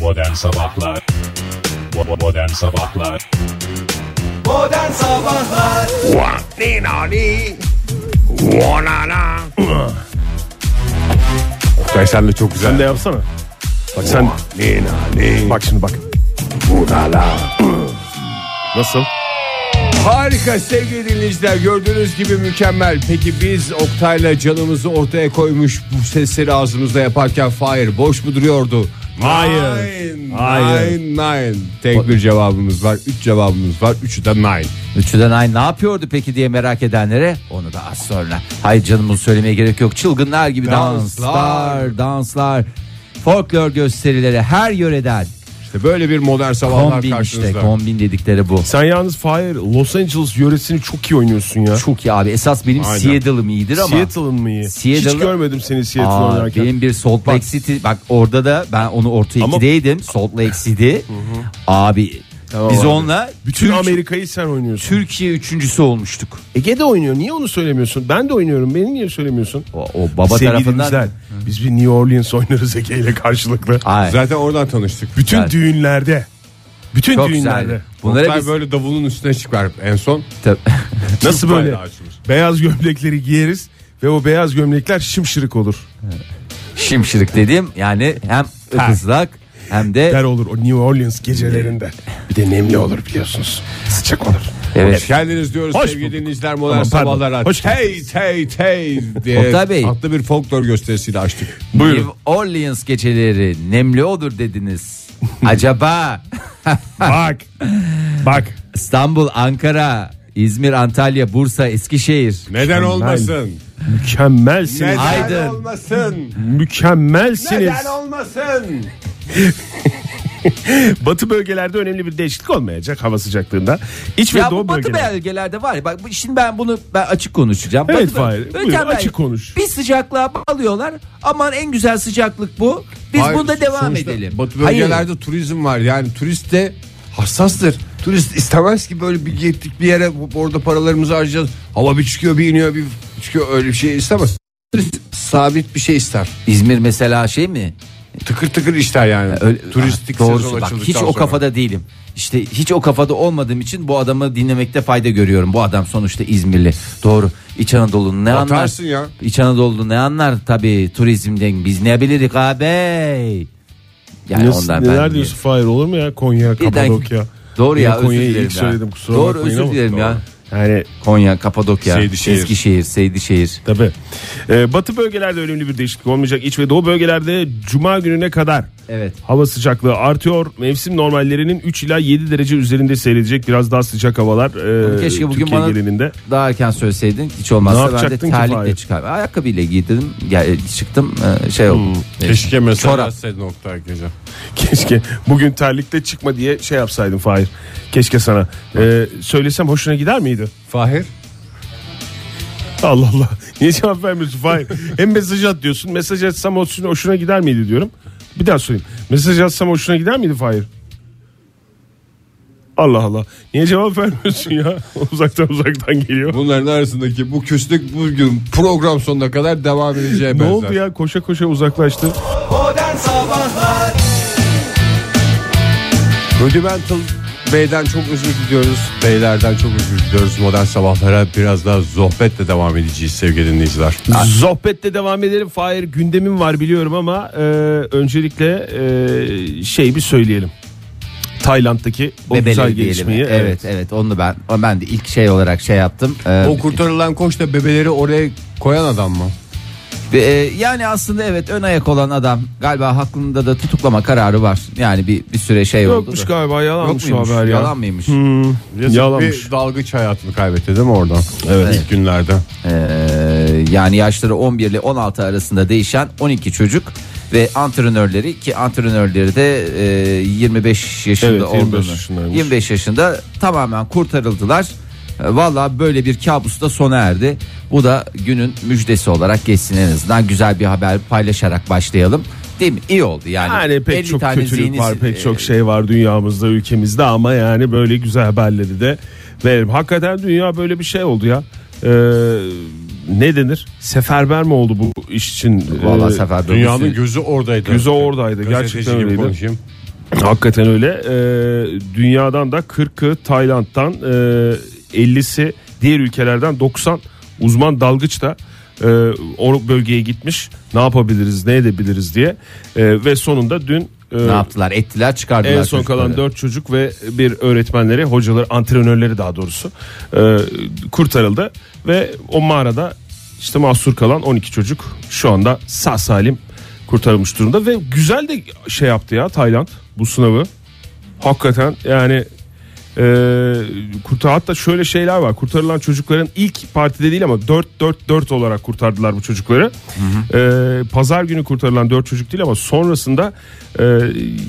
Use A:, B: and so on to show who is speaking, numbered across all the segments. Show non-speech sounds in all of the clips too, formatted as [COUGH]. A: Modern Sabahlar Bo- Modern Sabahlar
B: Modern Sabahlar
C: Oktay sen de çok güzel. Sen de yapsana. Bak sen. Bak şimdi bak. Nasıl?
D: Harika sevgili dinleyiciler gördüğünüz gibi mükemmel. Peki biz Oktay'la canımızı ortaya koymuş bu sesleri ağzımızda yaparken Fahir boş mu duruyordu?
C: Hayır.
D: Nine,
C: Hayır.
D: nine, nine. Tek bir cevabımız var. Üç cevabımız var. Üçü de nine.
E: Üçüden ay ne yapıyordu peki diye merak edenlere onu da az sonra. Hayır canımız söylemeye gerek yok. Çılgınlar gibi
D: Danslar.
E: danslar, danslar, folklor gösterileri her yöreden.
D: İşte böyle bir modern sabahlar
E: Kombin
D: karşınızda.
E: işte kombin dedikleri bu.
C: Sen yalnız Fahir Los Angeles yöresini çok iyi oynuyorsun ya.
E: Çok iyi abi esas benim
C: Aynen.
E: Seattle'ım iyidir ama.
C: Seattle'ın mı iyi? Hiç
E: Seattle'ın-
C: görmedim seni Seattle
E: Aa,
C: oynarken.
E: benim bir Salt Lake City bak orada da ben onu orta
C: Ama-
E: ikideydim Salt Lake City abi
C: Tamam
E: biz
C: abi.
E: onunla
C: Bütün
E: Türk-
C: Amerika'yı sen oynuyorsun.
E: Türkiye üçüncüsü olmuştuk
C: Ege'de oynuyor. Niye onu söylemiyorsun? Ben de oynuyorum. Beni niye söylemiyorsun?
E: o, o baba
C: Sevgili
E: tarafından
C: dinleyiciler, Biz bir New Orleans oynarız Ege ile karşılıklı.
E: Ay,
D: Zaten oradan tanıştık.
C: Bütün
E: güzel.
C: düğünlerde. Bütün
E: çok
C: düğünlerde.
E: güzeldi bunlara
D: Oktay
E: biz
D: böyle davulun üstüne çıkar en son.
E: [LAUGHS]
C: Nasıl
D: Türk
C: böyle?
D: bayrağı açılır.
C: Beyaz gömlekleri giyeriz ve o beyaz gömlekler şımşırık olur.
E: Şimşirik dediğim yani hem ıslak hem de
C: Der olur o New Orleans gecelerinde. Bir de nemli olur biliyorsunuz. Sıcak olur.
E: evet.
D: Kendiniz diyoruz
C: Hoş
D: sevgili
C: bulduk.
D: dinleyiciler modern
C: Aman pardon.
D: sabahlara.
C: Hoş
D: hey hey hey diye
E: Oktay Bey.
D: atlı bir folklor gösterisiyle açtık.
E: New Orleans geceleri nemli olur
C: [LAUGHS]
E: dediniz. Acaba
C: Bak. Bak.
E: [LAUGHS] İstanbul, Ankara, İzmir, Antalya, Bursa, Eskişehir.
D: Neden olmasın?
C: Mükemmelsin.
D: Neden
E: Aydın.
D: olmasın?
C: Mükemmelsiniz.
D: Neden olmasın?
C: Batı bölgelerde önemli bir değişiklik olmayacak hava sıcaklığında. İç ve
E: Ya
C: doğu
E: bu batı
C: bölgelerde.
E: bölgelerde var ya bak bu- şimdi ben bunu ben açık konuşacağım.
C: Evet,
E: Batı böl-
C: Fahir,
E: Öten
C: buyur,
E: bel-
C: açık konuş.
E: Bir sıcaklığa bağlıyorlar aman en güzel sıcaklık bu biz
D: Hayır,
E: bunda devam
D: sonuçta
E: edelim.
D: Batı
E: Hayır.
D: bölgelerde turizm var. Yani turist de hassastır. Turist istemez ki böyle bir gittik bir yere bu- orada paralarımızı harcayacağız. Hava bir çıkıyor bir iniyor bir çıkıyor öyle bir şey istemez. Turist sabit bir şey ister.
E: İzmir mesela şey mi?
D: Tıkır tıkır ister yani.
E: Öyle-
D: Turistik
E: Ha,
D: sezon
E: bak,
D: açıldıktan
E: hiç
D: sonra.
E: o kafada değilim. İşte hiç o kafada olmadığım için bu adamı dinlemekte fayda görüyorum. Bu adam sonuçta İzmirli. Doğru. İç Anadolu'nun ne
D: Batarsın
E: anlar?
D: ya.
E: İç Anadolu ne anlar tabii turizmden. Biz ne bilirik abi? Yani
C: Nasıl-
E: ondan
C: neler
E: ben
C: diyorsun Fahir olur mu ya Konya,
E: Birden-
C: Kapadokya.
E: Doğru ya,
C: Yine
E: özür
C: Konya'yı
E: dilerim
C: ilk
E: ya.
C: söyledim kusura
E: Doğru,
C: bakmayın
E: özür
C: ama-
E: dilerim ya.
C: Yani
E: Konya, Kapadokya,
C: Seydişehir.
E: Eskişehir, Seydişehir.
C: Tabii. Ee, batı bölgelerde önemli bir değişiklik olmayacak. İç ve doğu bölgelerde cuma gününe kadar
E: Evet.
C: hava sıcaklığı artıyor. Mevsim normallerinin 3 ila 7 derece üzerinde seyredecek. Biraz daha sıcak havalar e,
E: Bunu keşke bugün
C: Türkiye
E: bana-
C: genelinde.
E: Daha erken söyleseydin hiç
C: Ne
E: olmazsa ben de
C: yapacaktın ki Fahir?
E: terlikle çıkardım. Ayakkabıyla giydim, gel, çıktım ee, şey
C: Hmm,
E: oldu.
D: Keşke mesela
E: Çorap.
D: yazsaydın Oktay Gece.
C: [LAUGHS] Keşke bugün terlikte çıkma diye şey yapsaydım Fahir. Keşke sana. Ee, söylesem hoşuna gider miydi?
D: Fahir.
C: Allah Allah. [LAUGHS] Niye cevap vermiyorsun Fahir? Hem mesaj at diyorsun. Mesaj atsam hoşuna, hoşuna gider miydi diyorum. Bir daha sorayım. Mesaj atsam hoşuna gider miydi Fahir? Allah Allah. Niye cevap vermiyorsun ya? [LAUGHS] Uzaktan uzaktan geliyor.
D: Bunların arasındaki bu küslük bugün program sonuna kadar devam edeceği
C: Ne oldu ya? Koşa koşa uzaklaştı.
B: Modern Sabahlar
D: Rudimental Bey'den çok özür diliyoruz. Beylerden çok özür diliyoruz. Modern sabahlara biraz daha sohbetle devam edeceğiz sevgili dinleyiciler.
C: Sohbette devam edelim. Fahir gündemim var biliyorum ama e, öncelikle e, şey bir söyleyelim. Tayland'daki o
E: Bebele
C: güzel
E: diyelim.
C: gelişmeyi.
E: Evet, evet onu ben ben de ilk şey olarak şey yaptım. Ee,
D: O kurtarılan koç da bebeleri oraya koyan adam mı?
E: ve, e, yani aslında evet ön ayak olan adam galiba hakkında da tutuklama kararı var. Yani bir bir süre şey oldu.
C: Yokmuş
E: da.
C: galiba yalanmış
E: Yok muymuş?
C: o haber ya. Hmm.
E: Yalan mıymış?
C: Yazık
D: Bir dalgıç hayatını kaybetti değil mi oradan?
E: Evet.
D: İlk günlerde.
E: Ee, yani yaşları 11 ile 16 arasında değişen 12 çocuk ve antrenörleri ki antrenörleri de e, 25 yaşında
C: Evet, 25
E: olduğunu
C: yaşındaymış.
E: 25 yaşında tamamen kurtarıldılar. E, Valla böyle bir kabus da sona erdi. Bu da günün müjdesi olarak geçsin en azından güzel bir haber paylaşarak başlayalım. Değil mi? İyi oldu yani.
C: Yani pek
E: 50
C: çok
E: tane
C: kötülük
E: zihni-
C: var, pek
E: e,
C: çok şey var dünyamızda, ülkemizde ama yani böyle güzel haberleri de verelim. Hakikaten dünya böyle bir şey oldu ya. Ee, ne denir? Seferber mi oldu bu iş için?
E: Valla
C: Ee,
E: sefer
D: Dünyanın gözü oradaydı.
C: Gözü oradaydı.
D: Gazeteci
C: Gerçekten
D: gibi
C: öyleydi.
D: konuşayım.
C: Hakikaten öyle. Ee, dünyadan da 40'ı Tayland'dan e, 50'si diğer ülkelerden 90 uzman dalgıç da e, o bölgeye gitmiş. Ne yapabiliriz, ne edebiliriz diye. E, ve sonunda dün e,
E: Ne yaptılar? Ettiler çıkardılar.
C: en son
E: çocukları.
C: kalan dört çocuk ve bir öğretmenleri, hocaları, antrenörleri daha doğrusu e, kurtarıldı ve o mağarada işte mahsur kalan 12 çocuk şu anda sağ salim kurtarılmış durumda ve güzel de şey yaptı ya Tayland bu sınavı. Hakikaten yani e, kurtar hatta şöyle şeyler var. Kurtarılan çocukların ilk partide değil ama 4 4 4 olarak kurtardılar bu çocukları. E, pazar günü kurtarılan 4 çocuk değil ama sonrasında e,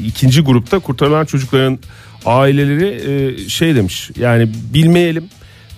C: ikinci grupta kurtarılan çocukların aileleri e, şey demiş. Yani bilmeyelim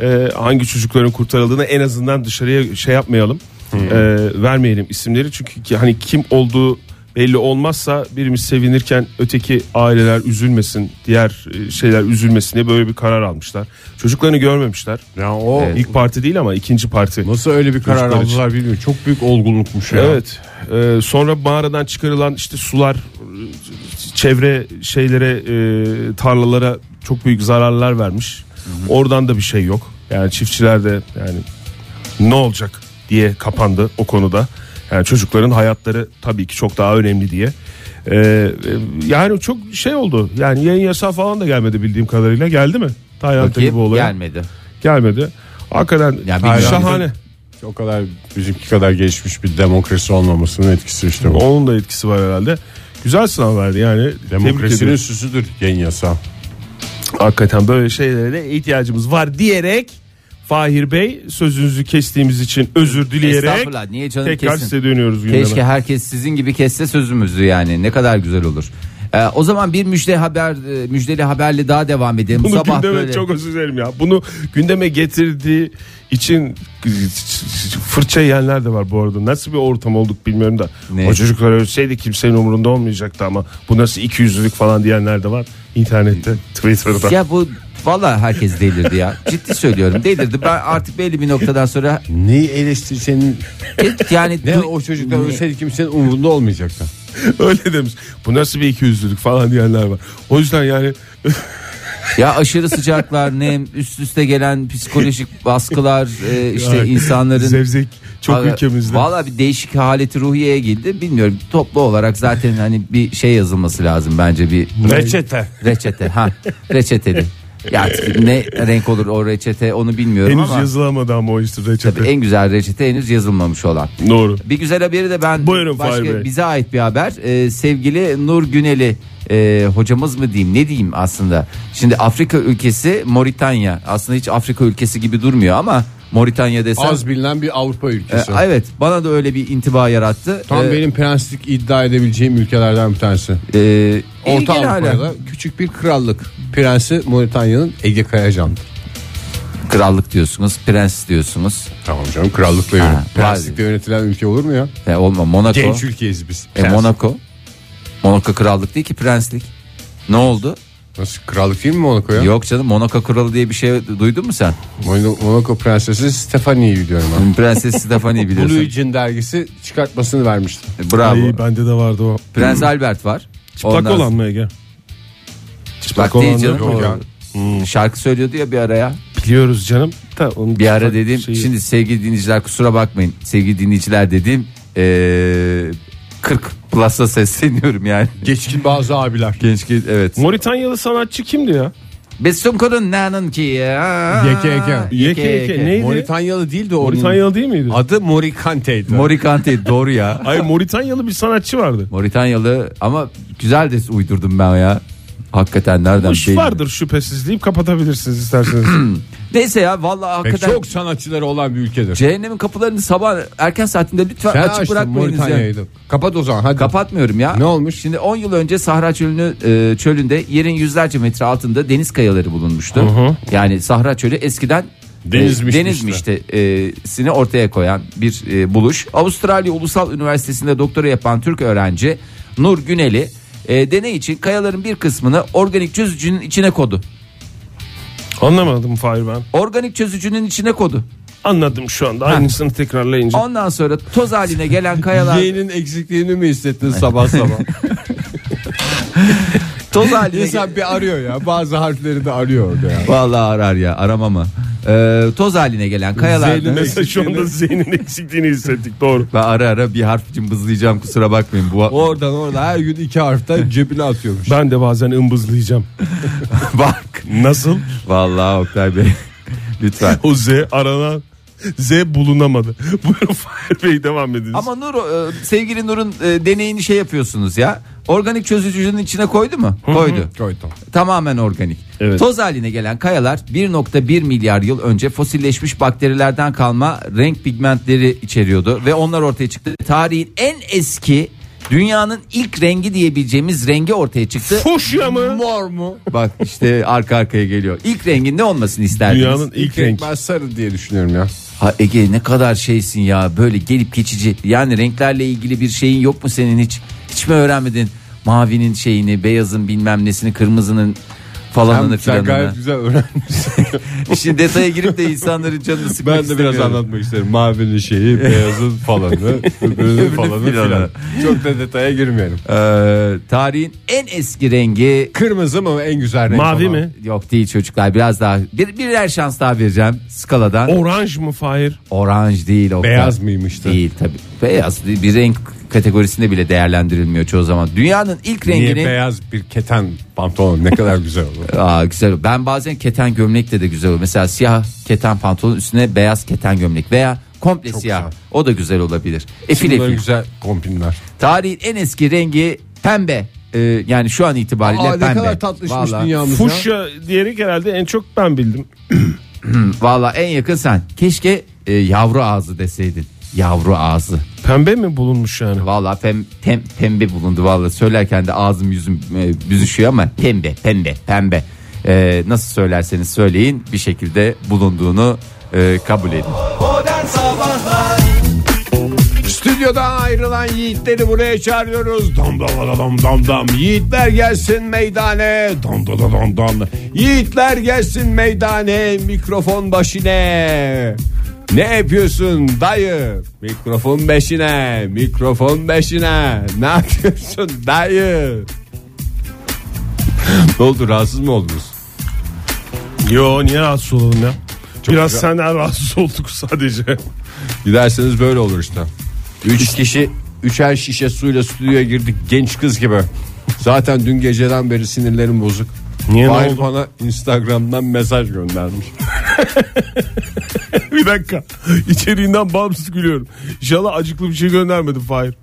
C: e, hangi çocukların kurtarıldığını en azından dışarıya şey yapmayalım. E, vermeyelim isimleri çünkü ki- hani kim olduğu belli olmazsa birimiz sevinirken öteki aileler üzülmesin, diğer e, şeyler üzülmesin diye böyle bir karar almışlar. Çocuklarını görmemişler.
D: Ya o
C: İlk parti değil ama ikinci parti.
D: nasıl öyle bir karar
C: Çocuklar için.
D: aldılar bilmiyorum. Çok büyük olgunlukmuş ya.
C: Evet. e, sonra mağaradan çıkarılan işte sular e, çevre şeylere e, tarlalara çok büyük zararlar vermiş. Oradan da bir şey yok. Yani çiftçiler de yani ne olacak diye kapandı o konuda. Yani çocukların hayatları tabii ki çok daha önemli diye. E, e, yani çok şey oldu. Yani yayın yasağı falan da gelmedi bildiğim kadarıyla. Geldi mi? Tayland'daki
E: Bakayım,
C: bu olay.
E: gelmedi.
C: Gelmedi. Hakikaten
E: Ya bilmiyorum.
C: şahane.
D: O kadar bizimki kadar gelişmiş bir demokrasi olmamasının etkisi işte bu.
C: Onun da etkisi var herhalde. Güzel sınav verdi yani. Tebrik
D: Demokrasinin
C: ediyoruz.
D: süsüdür yayın yasağı.
C: Hakikaten böyle şeylere de ihtiyacımız var diyerek Fahir Bey sözünüzü kestiğimiz için özür dileyerek
E: Estağfurullah niye canım
C: tekrar
E: kesin.
C: size dönüyoruz gündeme.
E: Keşke herkes sizin gibi kesse sözümüzü yani ne kadar güzel olur. Ee, o zaman bir müjde haber e, müjdeli haberle daha devam edelim.
C: Bunu
E: Sabah
C: gündeme
E: böyle
C: çok özür dilerim ya. Bunu gündeme getirdiği için fırça yiyenler de var bu arada. Nasıl bir ortam olduk bilmiyorum da.
E: Ne?
C: O çocuklar ölseydi kimsenin umurunda olmayacaktı ama bu nasıl iki yüzlülük falan diyenler de var. internette, Twitter'da.
E: Ya bu valla herkes delirdi
C: [LAUGHS]
E: ya. Ciddi söylüyorum delirdi. Ben artık belli bir noktadan sonra
D: Neyi eleştirsenin
E: yani
D: ne
E: du-
D: o çocuklar
C: şey-
D: ölseydi kimsenin umurunda olmayacaktı.
C: [LAUGHS] Öyle demiş. Bu nasıl bir iki yüzlülük falan diyenler var. O yüzden yani
E: ya aşırı sıcaklar nem üst üste gelen psikolojik baskılar e, işte
C: Ay,
E: insanların
C: zevzek çok
E: Abi,
C: ülkemizde.
E: Valla bir değişik haleti ruhiyeye girdi. Bilmiyorum toplu olarak zaten hani bir şey yazılması lazım bence bir
D: Reçete.
E: reçete ha reçeteli. Ya artık ne renk olur o reçete onu bilmiyorum
C: Henüz
E: ama
C: yazılamadı ama o işte reçete.
E: tabii en güzel reçete henüz yazılmamış olan.
C: Doğru.
E: Bir güzel haberi de ben
C: Buyurun Fahir
E: başka
C: Bey.
E: bize ait bir haber. Ee, sevgili Nur Güneli e, hocamız mı diyeyim ne diyeyim aslında. Şimdi Afrika ülkesi Moritanya. Aslında hiç Afrika ülkesi gibi durmuyor ama Moritanya desem.
D: Az bilinen bir Avrupa
E: Ee,
C: şey.
D: ülkesi.
E: evet bana da öyle bir intiba yarattı.
D: Tam
E: Ee,
D: benim prenslik iddia edebileceğim ülkelerden bir tanesi.
E: e,
D: Orta
E: ilgili hala.
D: Avrupa'da küçük bir krallık. Prensi Moritanya'nın Ege Kayacan'dır.
E: Krallık diyorsunuz, prens diyorsunuz.
D: Tamam canım krallıkla
E: Ha,
D: yönet. Prenslikle yönetilen ülke olur mu ya?
E: E, olma Monaco.
D: Genç ülkeyiz biz.
E: E,
D: Prens.
E: Monaco. Monaco krallık değil ki prenslik. Ne oldu?
D: Nasıl krallık değil mi Monaco ya?
E: Yok canım Monaco kralı diye bir şey duydun mu sen?
D: Mon- Monaco prensesi Stephanie'yi biliyorum ben.
E: Prenses
C: [LAUGHS]
E: Stephanie
D: Blue
E: biliyorsun. E,
D: Jean dergisi çıkartmasını vermişti.
E: Bravo.
C: Ay, bende de vardı o.
E: Prens Albert var.
C: Çıplak
E: Ondan-
C: olan mı Ege?
E: Çıplak değil canım.
C: yok
E: o.
C: ya.
E: Şarkı söylüyordu ya bir ara ya.
C: Biliyoruz canım. Da onun
E: Bir ara
C: çıplak şey-
E: dediğim
C: şeyi-
E: şimdi sevgili dinleyiciler kusura bakmayın. Sevgili dinleyiciler e, dediğim eee 40 plus'a sesleniyorum yani.
D: Geçkin bazı abiler.
E: Genç ki- evet.
C: Moritanyalı sanatçı kimdi ya?
E: Besun Korun nanın ki ya.
D: Yeke yeke.
C: Yeke Yeke, neydi?
D: Moritanyalı değil de onun
C: Moritanyalı değil miydi?
D: adı Morikante'ydi.
E: Morikante doğru ya.
C: Ay Moritanyalı bir sanatçı vardı.
E: Moritanyalı ama güzel de uydurdum ben ya. Hakikaten nereden
C: Uş
E: belli.
C: vardır şüphesiz deyip kapatabilirsiniz isterseniz.
E: [CLEARS THROAT] Neyse ya vallahi
D: Pek
E: hakikaten
D: çok sanatçıları olan bir ülkedir.
E: cehennemin kapılarını sabah erken saatinde lütfen
D: Sen
E: açık
D: açtın
E: bırakmayınız ya.
D: Moritanya'yı. da. Kapat o zaman hadi.
E: Kapatmıyorum ya.
D: Ne olmuş?
E: Şimdi 10 yıl önce Sahra Çölü'nü e, çölünde yerin yüzlerce metre altında deniz kayaları bulunmuştu. Yani Sahra Çölü eskiden e,
D: Denizmiş işte.
E: denizmişti e, sini ortaya koyan bir e, buluş. Avustralya Ulusal Üniversitesi'nde doktora yapan Türk öğrenci Nur Güneli e, deney için kayaların bir kısmını organik çözücünün içine kodu.
C: Anlamadım Fahir ben.
E: Organik çözücünün içine kodu.
C: Anladım şu anda. Aynısını tekrarlayınca.
E: Ondan sonra toz haline
D: [LAUGHS]
E: gelen kayalar
D: Yeğenin eksikliğini mi hissettin sabah sabah?
E: Toz haline
D: İnsan bir arıyor ya. Bazı harfleri de arıyor orada ya.
E: Vallahi arar ya arama mı? Ee, toz haline gelen kayalarda
C: Mesela şu anda zihnin eksikliğini hissettik doğru.
E: ben ara ara bir harf cımbızlayacağım kusura bakmayın. Bu [LAUGHS]
D: Oradan orada her gün iki harften cebine atıyormuş.
C: Ben de bazen ımbızlayacağım.
E: bak.
C: Nasıl? [LAUGHS]
E: Vallahi Oktay Bey lütfen.
C: O Z aranan Z bulunamadı. [LAUGHS] Buyurun Fahir Bey devam ediniz.
E: Ama Nur e, sevgili Nur'un e, deneyini şey yapıyorsunuz ya. Organik çözücünün içine koydu mu? Koydu.
D: Koydum.
E: Tamamen organik.
C: Evet.
E: Toz haline gelen kayalar 1.1 milyar yıl önce fosilleşmiş bakterilerden kalma renk pigmentleri içeriyordu ve onlar ortaya çıktı. Tarihin en eski dünyanın ilk rengi diyebileceğimiz rengi ortaya çıktı.
C: Fuşya mı?
D: Mor mu?
E: Bak işte arka arkaya geliyor. İlk rengin ne olmasını isterdiniz?
C: Dünyanın ilk renk.
D: Ben sarı diye düşünüyorum ya.
E: Ha Ege ne kadar şeysin ya böyle gelip geçici yani renklerle ilgili bir şeyin yok mu senin hiç hiç mi öğrenmedin mavinin şeyini beyazın bilmem nesini kırmızının falanını
D: Sen, sen
E: filanını
D: gayet güzel
E: [LAUGHS]
D: öğrenmişsin.
E: İşin detaya girip de insanların canını sıkmak
D: [LAUGHS] ben de biraz
E: istemiyorum.
D: anlatmak isterim.
E: [LAUGHS]
D: Mavinin şeyi, beyazın falanı, öbürünün falanı
E: filanı.
D: filan. Çok da detaya girmeyelim.
E: Ee, tarihin en eski rengi
D: Kırmızı mı en güzel renk?
C: Mavi
D: olan?
C: mi?
E: yok değil çocuklar biraz daha bir, birer şans daha vereceğim skaladan
C: Oranj mı Fahir?
E: oranj değil o
D: Beyaz mıymıştı?
E: değil tabii beyaz değil, bir renk kategorisinde bile değerlendirilmiyor çoğu zaman dünyanın ilk
D: Niye
E: rengini
D: beyaz bir keten pantolon ne kadar güzel olur.
E: Aa, güzel. Ben bazen keten gömlekle de güzel olur. Mesela siyah keten pantolon üstüne beyaz keten gömlek veya komple siyah.
D: güzel.
E: O da güzel olabilir. E, Efil
D: Bunlar
E: efil.
D: [LAUGHS] güzel kombinler.
E: Tarihin en eski rengi pembe. Ee, yani şu an itibariyle
D: Aa, ne
E: pembe.
D: kadar tatlışmış
E: Vallahi-
D: dünyamız ya.
C: Fuşya diyerek herhalde en çok ben bildim.
E: Valla en yakın sen. Keşke e, yavru ağzı deseydin. Yavru ağzı.
C: Pembe mi bulunmuş yani?
E: Valla pem, tem- pembe bulundu valla. Söylerken de ağzım yüzüm e, büzüşüyor ama pembe pembe pembe. Ee, nasıl söylerseniz söyleyin bir şekilde bulunduğunu e, kabul edin.
B: Modern Sabahlar
D: Stüdyodan ayrılan yiğitleri buraya çağırıyoruz. Dam dam dam dam dam dam. Yiğitler gelsin meydane. Dam dam dam dam dam. Yiğitler gelsin meydane. Mikrofon başine. Ne yapıyorsun dayı? Mikrofon beşine. Mikrofon beşine. Ne yapıyorsun dayı? ne oldu rahatsız mı oldunuz?
C: Yo niye rahatsız olalım ya? Biraz
D: güzel.
C: senden rahatsız [LAUGHS] olduk sadece.
D: Giderseniz böyle olur işte. Üç kişi üçer şişe suyla stüdyoya girdik genç kız gibi. Zaten dün geceden beri sinirlerim bozuk.
C: Niye, ne
D: Fahir
C: oldu?
D: bana Instagram'dan mesaj göndermiş.
C: [LAUGHS] bir dakika. İçeriğinden bağımsız gülüyorum. İnşallah acıklı bir şey göndermedim Fahir.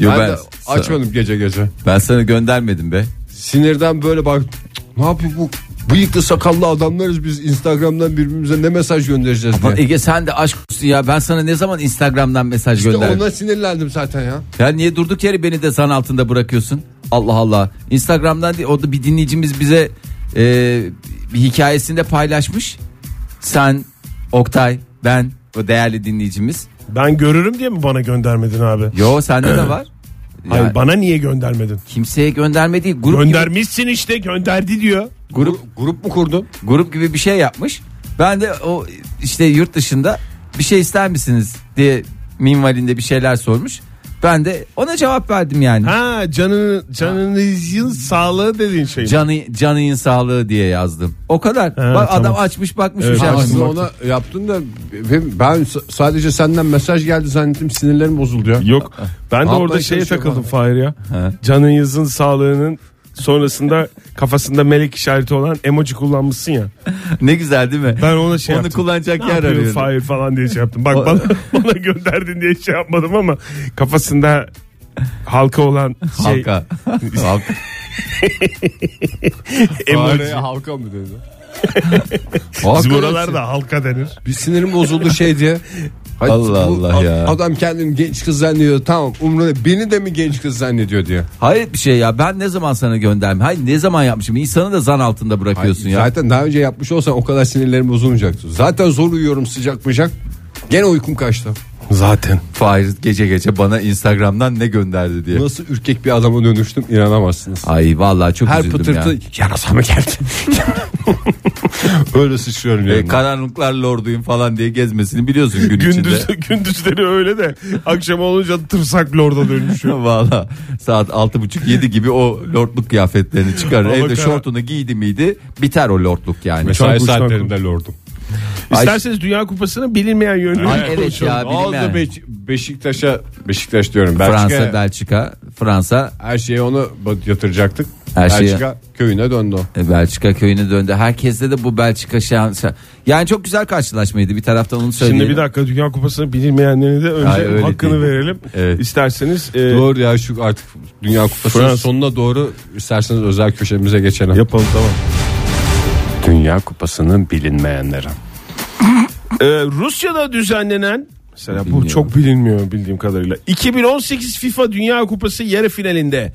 E: Yo,
D: ben,
E: ben-
D: de açmadım gece gece.
E: Ben sana göndermedim be.
D: Sinirden böyle bak "Cık, ne yapıyor bu bıyıklı sakallı adamlarız biz Instagram'dan birbirimize ne mesaj göndereceğiz diye.
E: Ege sen de aşk olsun ya. Ben sana ne zaman Instagram'dan mesaj
D: İşte
E: gönderdim?
D: ona sinirlendim zaten ya.
E: Ya niye durduk yere beni de zan altında bırakıyorsun? Allah Allah. Instagram'dan değil. O da bir dinleyicimiz bize e, bir hikayesinde paylaşmış. Sen, Oktay, ben o değerli dinleyicimiz.
C: Ben görürüm diye mi bana göndermedin abi?
E: Yo sende de var.
C: Hayır
E: Yani
C: bana niye göndermedin?
E: Kimseye gönderme değil. Grup gibi-
C: Göndermişsin işte gönderdi diyor.
E: grup
D: Grup mu kurdun?
E: grup gibi bir şey yapmış. Ben de o işte yurt dışında bir şey ister misiniz diye minvalinde bir şeyler sormuş. Ben de ona cevap verdim yani.
C: Ha canını canınızın sağlığı dediğin şey.
E: Canı canının sağlığı diye yazdım. O kadar. Bak
C: tamam.
E: adam açmış bakmış
C: Evet,
E: bir şey.
C: açmış.
E: yapmış.
D: Aslında ona yaptın da ben s- sadece senden mesaj geldi zannettim sinirlerim bozuldu ya.
C: Yok. Ben de
D: Abla
C: orada şeye
D: çalışıyor
C: takıldım
D: bana.
C: Fahir ya. Canınızın sağlığının sonrasında kafasında melek işareti olan emoji kullanmışsın ya.
E: Ne güzel değil mi?
C: Ben ona şey
E: Onu
C: yaptım.
E: kullanacak
C: Ne
E: yer
C: yapıyorsun
E: arıyorum.
C: Fahir falan diye şey yaptım. Bak bana, [LAUGHS] bana gönderdin diye şey yapmadım ama kafasında halka olan şey
D: [LAUGHS]
E: Halka. Halka.
C: emoji.
D: halka mı dedi?
C: Biz
E: Halka.
C: buralarda halka şey. denir.
D: Bir sinirim bozuldu şey diye. Hadi
E: Allah
D: bu
E: Allah
D: ad-
E: ya.
D: Adam kendini genç kız zannediyor. Tamam umruna beni de mi genç kız zannediyor diye.
E: Hayır bir şey ya. Ben ne zaman sana gönderdim? Hayır ne zaman yapmışım? İnsanı da zan altında bırakıyorsun ya.
D: Zaten daha önce yapmış olsan o kadar sinirlerim bozulmayacaktı. Zaten zor uyuyorum sıcak bıcak. Gene uykum kaçtı.
C: Zaten.
E: Fahir gece gece bana Instagram'dan ne gönderdi diye.
A: Nasıl ürkek bir adama dönüştüm inanamazsınız.
E: Ay vallahi çok
A: Her
E: üzüldüm
A: pıtırtı
E: ya.
A: yarasa mı geldi? [LAUGHS] Öyle sıçrıyorum
E: E,
A: yani.
E: karanlıklar lorduyum falan diye gezmesini biliyorsun gün
C: Gündüz,
A: [LAUGHS]
E: içinde.
C: gündüzleri öyle de akşam olunca tırsak lorda dönüşüyor.
E: [LAUGHS] Valla saat altı buçuk yedi gibi o lordluk kıyafetlerini çıkarır.
C: Ama
E: Evde
C: kara-
E: şortunu giydi miydi biter o lordluk yani.
A: Mesai
C: Çok uçtan
A: saatlerinde [LAUGHS] lordum.
C: İsterseniz Dünya Kupası'nın bilinmeyen yönünü
E: Ay, evet ya
A: Oldu
E: bilinmeyen.
A: Beş- Beşiktaş'a Beşiktaş diyorum. Belçika,
E: Fransa, Belçika, Fransa,
A: her şeye onu bat- yatıracaktık.
E: Her
A: Her
E: şeye-
A: Belçika köyüne döndü o.
E: e, Belçika köyüne döndü. Herkeste de bu Belçika şansı. Yani çok güzel karşılaşmaydı. Bir taraftan onu söyleyeyim.
C: Şimdi bir dakika Dünya Kupası'nı bilinmeyenlerine de önce
E: Ay, öyle
C: hakkını
E: değil.
C: verelim.
E: Evet.
C: İsterseniz e,
A: Doğru ya şu artık Dünya Kupası'nın
C: Fransa-
A: sonuna doğru isterseniz özel köşemize geçelim.
C: yapalım tamam.
D: Dünya Kupası'nın bilinmeyenleri.
C: E, Rusya'da düzenlenen mesela bu çok bilinmiyor bildiğim kadarıyla. 2018 FIFA Dünya Kupası yarı finalinde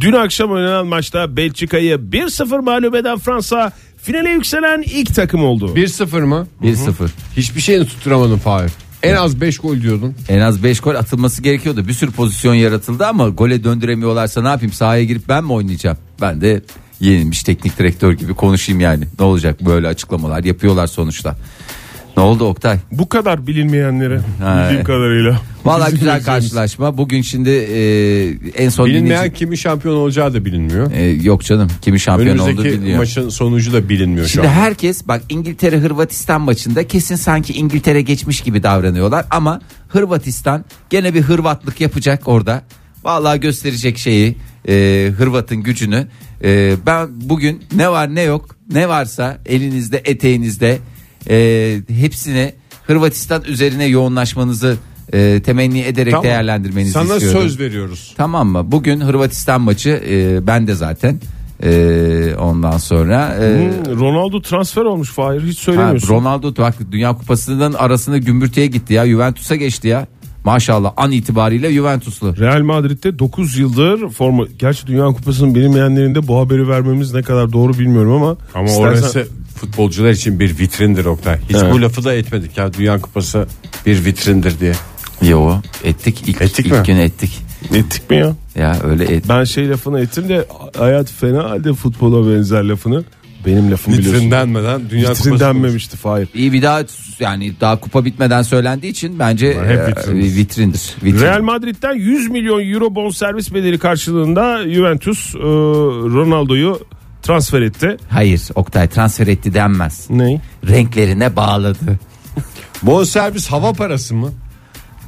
C: dün akşam oynanan maçta Belçika'yı 1-0 mağlup eden Fransa finale yükselen ilk takım oldu.
A: 1-0 mı?
E: 1-0.
A: Hiçbir şeyini tutturamadın Fahir. En az 5 gol diyordun.
E: En az 5 gol atılması gerekiyordu. Bir sürü pozisyon yaratıldı ama gole döndüremiyorlarsa ne yapayım? Sahaya girip ben mi oynayacağım? Ben de yenilmiş teknik direktör gibi konuşayım yani. Ne olacak böyle açıklamalar yapıyorlar sonuçta. Ne oldu Oktay?
C: Bu kadar bilinmeyenlere
E: Ha,
C: bildiğim
E: evet.
C: kadarıyla.
E: Vallahi
C: Bizim
E: güzel
C: izleyicimiz.
E: karşılaşma. Bugün şimdi e, en son
A: şey. Bilinmeyen
E: dinleyici-
A: kimin şampiyon olacağı da bilinmiyor.
E: E, yok canım kimi şampiyon oldu
A: Önümüzdeki
E: bilmiyor.
A: maçın sonucu da bilinmiyor şu
E: Şimdi
A: an.
E: herkes bak İngiltere Hırvatistan maçında kesin sanki İngiltere geçmiş gibi davranıyorlar ama Hırvatistan gene bir Hırvatlık yapacak orada. Vallahi gösterecek şeyi e, Hırvat'ın gücünü. E, ben bugün ne var ne yok ne varsa elinizde eteğinizde e, hepsini Hırvatistan üzerine yoğunlaşmanızı e, temenni ederek
A: Tamam.
E: değerlendirmenizi
A: Sana
E: istiyorum.
A: söz veriyoruz.
E: Tamam mı? Bugün Hırvatistan maçı e, ben de zaten e, ondan sonra e,
C: Hmm, Ronaldo transfer olmuş Fahir hiç
E: Ha,
C: söylemiyorsun.
E: Ronaldo bak Dünya Kupası'ndan arasında gümbürtüye gitti ya. Juventus'a geçti ya. Maşallah an itibariyle Juventuslu.
C: Real Madrid'de 9 yıldır forma gerçi Dünya Kupası'nın bilinmeyenlerinde bu haberi vermemiz ne kadar doğru bilmiyorum ama
A: Ama
C: istersen-
A: orası futbolcular için bir vitrindir Oktay. Hiç
C: Evet.
A: bu lafı da etmedik ya Dünya Kupası bir vitrindir diye.
E: Yo ettik ilk,
A: Ettik
E: ilk
A: mi?
E: gün ettik.
C: ettik mi ya?
E: Ya öyle et.
C: Ben şey lafını ettim de hayat fena halde futbola benzer lafını benim lafım biliyorsun.
A: Vitrindenmeden Dünya
C: Vitrin
A: Kupası.
C: denmemişti Fahir.
E: İyi bir daha yani daha kupa bitmeden söylendiği için bence e, vitrindir. Vitrin.
C: Real Madrid'den 100 milyon euro bonservis bedeli karşılığında Juventus e, Ronaldo'yu transfer etti.
E: Hayır Oktay transfer etti denmez.
C: Ney?
E: Renklerine bağladı.
A: [LAUGHS] Bonservis hava parası mı?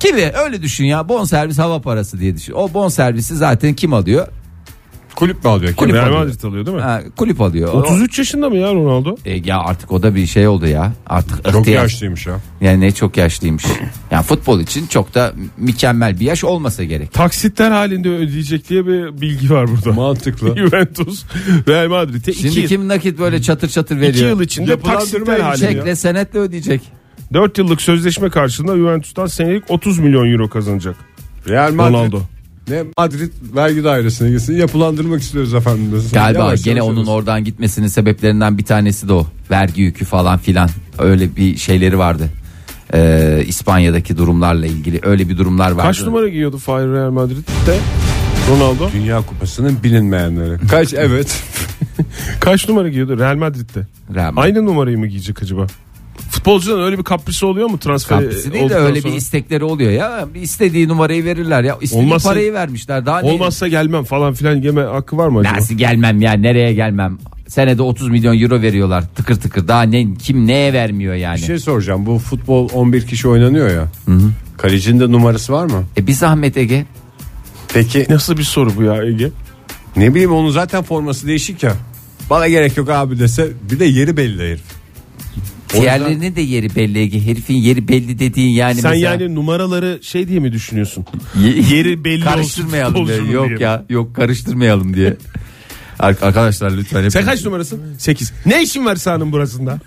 E: Gibi öyle düşün ya bonservis hava parası diye düşün. O bonservisi zaten kim alıyor?
A: Kulüp mü alıyor? Kim?
E: Kulüp
C: Real
E: alıyor.
C: Madrid alıyor değil mi?
E: Ha, kulüp alıyor.
C: 33 yaşında mı ya Ronaldo?
E: E, ya artık o da bir şey oldu ya. Artık
A: Çok
E: ihtiyar-
A: yaşlıymış ya.
E: Yani ne çok yaşlıymış. Yani futbol için çok da mükemmel bir yaş olmasa gerek.
C: Taksitler halinde ödeyecek diye bir bilgi var burada.
A: [LAUGHS] Mantıklı.
C: [LAUGHS] Juventus Real Madrid'e 2
E: Şimdi
C: yıl,
E: kim nakit böyle çatır çatır
C: iki yıl
E: veriyor?
C: içinde
A: Yapılan
C: taksitler
A: duruma
C: halinde.
E: Çekle senetle ödeyecek.
C: 4 yıllık sözleşme karşılığında Juventus'tan senelik 30 milyon euro kazanacak
A: Real Madrid.
C: Ronaldo.
A: Ne Madrid vergi dairesine gitsin. Yapılandırmak istiyoruz efendim. Biz
E: Galiba
A: yavaş
E: gene
A: yavaş
E: onun
A: yavaş.
E: oradan gitmesinin sebeplerinden bir tanesi de o. Vergi yükü falan filan. Öyle bir şeyleri vardı. Ee, İspanya'daki durumlarla ilgili öyle bir durumlar vardı.
C: Kaç numara giyiyordu Fahir Real Madrid'de Ronaldo?
A: Dünya Kupası'nın bilinmeyenleri. Kaç evet.
C: Kaç numara giyiyordu Real Madrid'de?
E: Real Madrid.
C: Aynı numarayı mı giyecek acaba? Futbolcudan öyle bir kaprisi oluyor mu transfer
E: Kampüsü değil de
C: olduktan
E: öyle
C: sonra?
E: bir istekleri oluyor ya. Bir istediği numarayı verirler ya. İstediği
C: Olmazsa-
E: parayı vermişler. Daha ne-
C: Olmazsa gelmem falan filan yeme hakkı var mı acaba?
E: Nasıl gelmem ya nereye gelmem? Senede 30 milyon euro veriyorlar tıkır tıkır. Daha ne kim neye vermiyor yani?
A: Bir şey soracağım. Bu futbol 11 kişi oynanıyor ya. Kalecinin de numarası var mı?
E: E bir zahmet Ege.
A: Peki
C: Nasıl bir soru bu ya Ege?
A: ne bileyim onun zaten forması değişik ya. Bana gerek yok abi dese bir de yeri belli herif. O yüzden-
E: Diğerlerinin de yeri belli Ege. Herifin yeri belli dediğin yani
C: Sen
E: mesela-
C: yani numaraları şey diye mi düşünüyorsun?
E: Ye- [LAUGHS]
C: Yeri belli olsun
E: karıştırmayalım diye.
C: futbolcunun
E: Yok
C: diye.
E: ya yok karıştırmayalım diye. Ar- Arkadaşlar lütfen hep
C: Sen kaç numarasın? 8. Ne işin var sahanın burasında?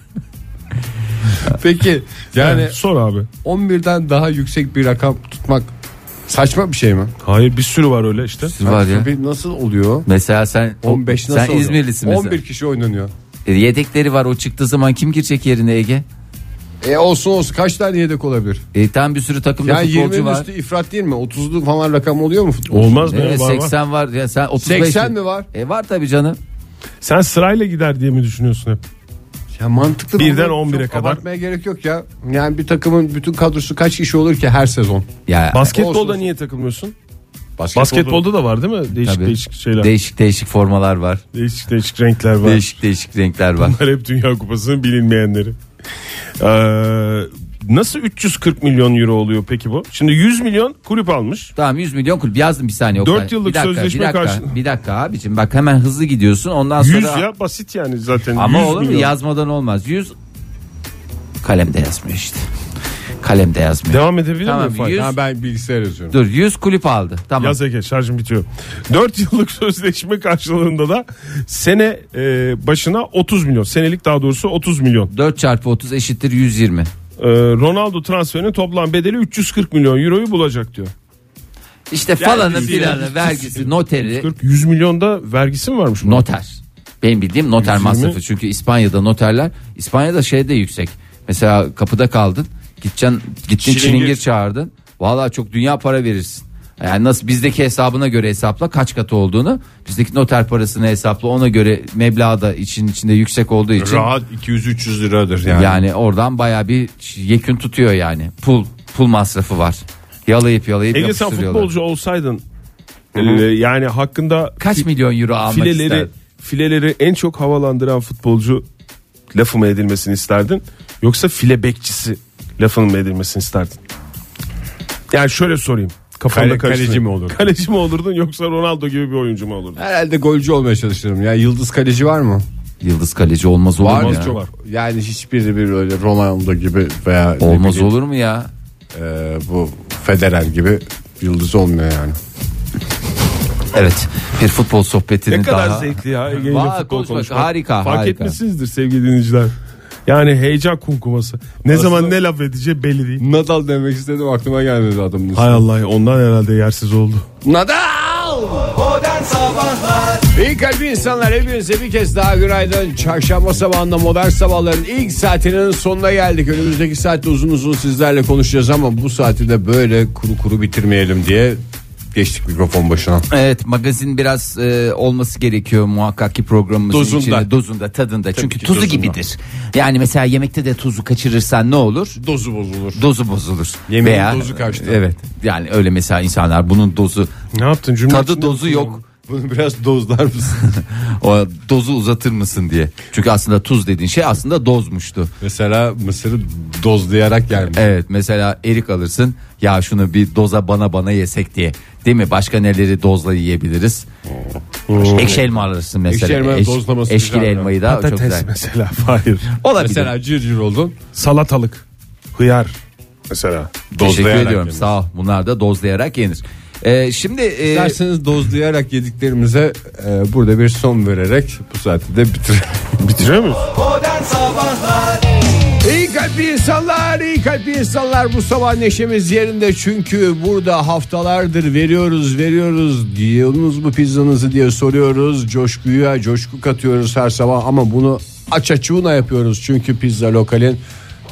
A: Peki yani
C: Sor abi.
A: 11'den daha yüksek bir rakam tutmak saçma bir şey mi?
C: Hayır bir sürü var öyle işte.
E: var ya.
A: Tabii nasıl oluyor?
E: Mesela sen
A: 15 nasıl
E: sen
A: oluyor?
E: İzmirlisin mesela.
A: 11 kişi oynanıyor.
E: E, Yedekleri var o çıktığı zaman kim girecek yerine Ege?
A: E olsun olsun kaç tane yedek olabilir?
E: E, tam bir sürü takımda
A: Yani
E: futbolcu
A: 20'nin
E: var.
A: üstü ifrat değil mi? 30'lu falan rakam oluyor mu futbol?
C: Olmaz mı?
E: Evet,
C: ya? Var, var.
E: 80 var. Ya sen 35
A: 80 mi var?
E: E var tabii canım.
C: Sen sırayla gider diye mi düşünüyorsun hep?
A: Ya mantıklı mı?
C: Birden
A: Çok
C: 11'e kadar.
A: Abartmaya gerek yok ya. Yani bir takımın bütün kadrosu kaç kişi olur ki her sezon?
E: Ya
C: Basketbolda
A: olsun.
C: niye takılmıyorsun?
A: Basketbolda.
C: Basketbolda da var değil mi? Değişik
E: tabii.
C: değişik şeyler.
E: Değişik değişik formalar var.
C: değişik değişik renkler var.
E: Değişik değişik renkler var.
C: Bunlar hep Dünya Kupası'nın bilinmeyenleri. Ee, nasıl 340 milyon euro oluyor peki bu? Şimdi 100 milyon kulüp almış.
E: [LAUGHS] Tamam 100 milyon kulüp yazdım bir saniye.
C: Dört
E: Oktay.
C: yıllık
E: bir dakika,
C: sözleşme
E: bir dakika,
C: karşılığı.
E: Bir dakika abicim bak hemen hızlı gidiyorsun ondan
C: 100
E: sonra.
C: ya basit yani zaten.
E: Ama
C: 100
E: olur mu
C: milyon.
E: yazmadan olmaz. 100 kalemde yazmıyor işte. Kalemde yazmıyor.
C: Devam edebilir
E: Tamam,
C: miyim? Fahir?
E: yüz-
A: Ha, ben bilgisayar yazıyorum.
E: Dur 100 kulüp aldı. Tamam.
C: Yaz Ege şarjım bitiyor. 4 yıllık sözleşme karşılığında da sene e, başına 30 milyon. Senelik daha doğrusu 30 milyon.
E: 4 çarpı 30 eşittir 120.
C: Ee, Ronaldo transferinin toplam bedeli 340 milyon euroyu bulacak diyor.
E: İşte falanı
C: Vergisi,
E: filanı vergisi noteri
C: 40 100 milyonda vergisi mi varmış? bunun?
E: noter. Benim bildiğim noter
C: 120.
E: masrafı. Çünkü İspanya'da noterler İspanya'da şey de yüksek. Mesela kapıda kaldın. Gideceksin, gittin çilingir.
C: Çilingir.
E: çağırdın. Vallahi çok dünya para verirsin. Yani nasıl bizdeki hesabına göre hesapla kaç katı olduğunu bizdeki noter parasını hesapla ona göre meblağ da için içinde yüksek olduğu için
D: Rahat 200-300 liradır yani.
E: yani, oradan baya bir yekün tutuyor yani pul pul masrafı var yalayıp yalayıp
C: Ege sen
E: yapıştırıyorlar.
C: futbolcu olsaydın e, yani hakkında
E: kaç milyon euro almak
C: fileleri
E: ister?
C: fileleri en çok havalandıran futbolcu lafı mı edilmesini isterdin yoksa file bekçisi lafının mı edilmesini isterdin? Yani şöyle sorayım. Kafamda
D: Kale- kaleci
C: karıştırayım.
D: mi olurdun?
C: [LAUGHS] Kaleci mi olurdun yoksa Ronaldo gibi bir oyuncu mu olurdun?
A: Herhalde golcü olmaya çalışırım. Ya yıldız kaleci var mı?
E: Yıldız kaleci olmaz olur
A: Var
E: mu
A: mı?
E: ya?
C: çok var.
A: Yani hiçbiri bir öyle Ronaldo gibi veya ne
E: Olmaz
A: bileyim,
E: olur mu ya?
A: e, bu Federer gibi yıldız olmuyor yani.
E: Evet. Bir futbol sohbetinin
C: Ne kadar
E: daha.
C: zevkli ya Ege'yle
E: Vay,
C: futbol
E: konuşmak
C: konuşmak.
E: harika,
C: Fark
E: harika.
C: etmişsinizdir sevgili dinleyiciler. Yani heyecan kumkuması. Ne zaman ne laf edeceği belli değil.
A: Nadal demek istedim aklıma gelmedi adamın ismi.
C: Hay Allah ondan herhalde yersiz oldu.
A: Nadal!
B: Modern Sabahlar
A: İyi kalpli insanlar hepinize bir kez daha günaydın. Çarşamba sabahında modern sabahların ilk saatinin sonuna geldik. Önümüzdeki saatte uzun uzun sizlerle konuşacağız ama bu saati de böyle kuru kuru bitirmeyelim diye geçtik mikrofon başına.
E: Evet magazin biraz e, olması gerekiyor muhakkak ki programımızın
A: Dozunda.
E: içinde dozunda tadında çünkü
A: ki
E: tuzu
A: dozunda.
E: gibidir. Yani mesela yemekte de tuzu kaçırırsan ne olur?
A: Dozu bozulur.
E: Dozu bozulur.
A: Yemeğin dozu kaçtı.
E: Evet yani öyle mesela insanlar bunun dozu
C: Ne yaptın cümle?
E: tadı dozu yok.
A: Bunu biraz dozlar mısın?
E: [LAUGHS] O dozu uzatır mısın diye. Çünkü aslında tuz dediğin şey aslında dozmuştu.
A: Mesela mısırı dozlayarak yer mi?
E: Evet mesela erik alırsın ya şunu bir doza bana bana yesek diye. Değil mi? Başka neleri dozla yiyebiliriz? Ekşi elma alırsın mesela.
A: Ekşi elma
E: Eş-
A: dozlaması
E: Eşkili
A: güzel.
E: elmayı da çok
C: Patates
E: güzel.
C: mesela hayır.
E: Olabilir.
A: Mesela cır cır oldun.
C: Salatalık. Hıyar. Mesela.
E: Teşekkür
D: dozlayarak
E: ediyorum.
D: yenir.
E: Sağ ol. Bunlar da dozlayarak yenir. Ee, şimdi e,
A: Derseniz dozlayarak yediklerimize e, burada bir son vererek bu saati de [LAUGHS] bitirelim.
C: Bitiriyor muyuz?
B: Modern Sabahlar
A: İyi kalpli insanlar, iyi kalpli insanlar bu sabah neşemiz yerinde çünkü burada haftalardır veriyoruz, veriyoruz, yiyorsunuz mu pizzanızı diye soruyoruz. Coşkuya coşku katıyoruz her sabah ama bunu aç açığına yapıyoruz çünkü pizza lokalin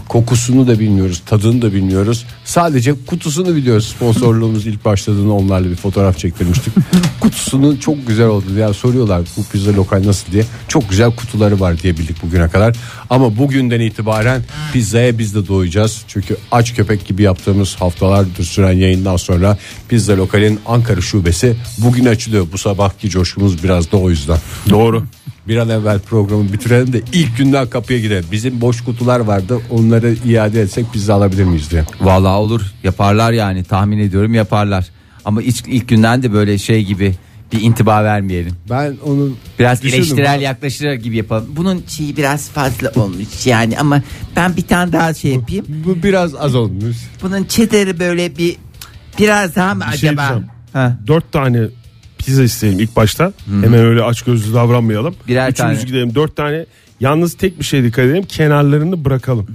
A: kokusunu da bilmiyoruz, tadını da bilmiyoruz. Sadece kutusunu biliyoruz. Sponsorluğumuz ilk başladığında onlarla bir fotoğraf çektirmiştik. Kutusunun çok güzel olduğunu ya soruyorlar bu pizza lokal nasıl diye. Çok güzel kutuları var diye bildik bugüne kadar. Ama bugünden itibaren pizzaya biz de doyacağız. Çünkü aç köpek gibi yaptığımız haftalardır süren yayından sonra pizza lokalin Ankara şubesi bugün açılıyor. Bu sabahki coşkumuz biraz da o yüzden.
C: Doğru.
A: Bir an evvel programı bitirelim de ilk günden kapıya girelim. Bizim boş kutular vardı. Onları iade etsek biz de alabilir miyiz diye.
E: Vallahi olur yaparlar yani tahmin ediyorum yaparlar. Ama ilk, ilk günden de böyle şey gibi bir intiba vermeyelim.
A: Ben onu
E: Biraz
A: düşündüm.
E: eleştirel yaklaşır gibi yapalım. Bunun şeyi biraz fazla olmuş yani ama ben bir tane daha şey yapayım.
A: Bu biraz az olmuş.
E: Bunun çederi böyle bir biraz daha mı
C: Bir şey
E: acaba?
C: diyeceğim.
E: Ha.
C: Dört tane pizza isteyelim ilk başta. Hemen öyle açgözlü davranmayalım.
E: Birer
C: Üçümüz
E: tane.
C: gidelim dört tane. Yalnız tek bir şey dikkat edelim. Kenarlarını bırakalım.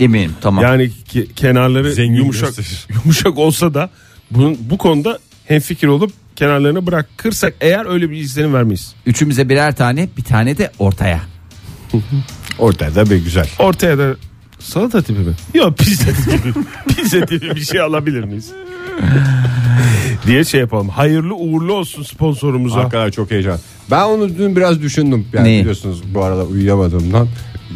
E: Eminim tamam.
C: Yani ke- kenarları
D: Zengin
C: yumuşak
D: gösterir.
C: [LAUGHS] yumuşak olsa da bunun, bu konuda hemfikir olup kenarlarını bırakırsak eğer öyle bir izlenim vermeyiz.
E: Üçümüze birer tane bir tane de ortaya.
A: Ortada bir güzel.
C: Ortaya da Salata tipi mi? Yok pizza tipi. [LAUGHS] pizza tipi bir şey alabilir miyiz? diye şey yapalım. Hayırlı uğurlu olsun sponsorumuza.
D: Hakikaten çok heyecan. Ben onu dün biraz düşündüm. Yani
E: Neyi?
D: biliyorsunuz bu arada uyuyamadığımdan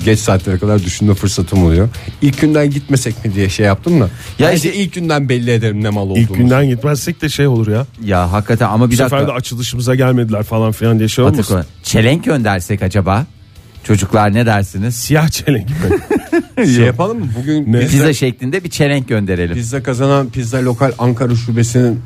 D: geç saatlere kadar düşünme fırsatım oluyor. İlk günden gitmesek mi diye şey yaptım da. Ya
E: işte-
D: ilk günden belli ederim ne mal olduğunu.
C: İlk günden gitmezsek de şey olur ya.
E: Ya hakikaten ama
C: Bir
E: bir
C: sefer de
E: dakika.
C: açılışımıza gelmediler falan filan diye şey
E: Atık
C: olmasın.
E: olan. Çelenk göndersek acaba? Çocuklar ne dersiniz?
C: Siyah [LAUGHS] çelenk mi?
D: şey yapalım mı? Bugün
C: Ne?
D: pizza,
E: Pizza şeklinde bir çelenk gönderelim.
D: pizza kazanan pizza lokal Ankara şubesinin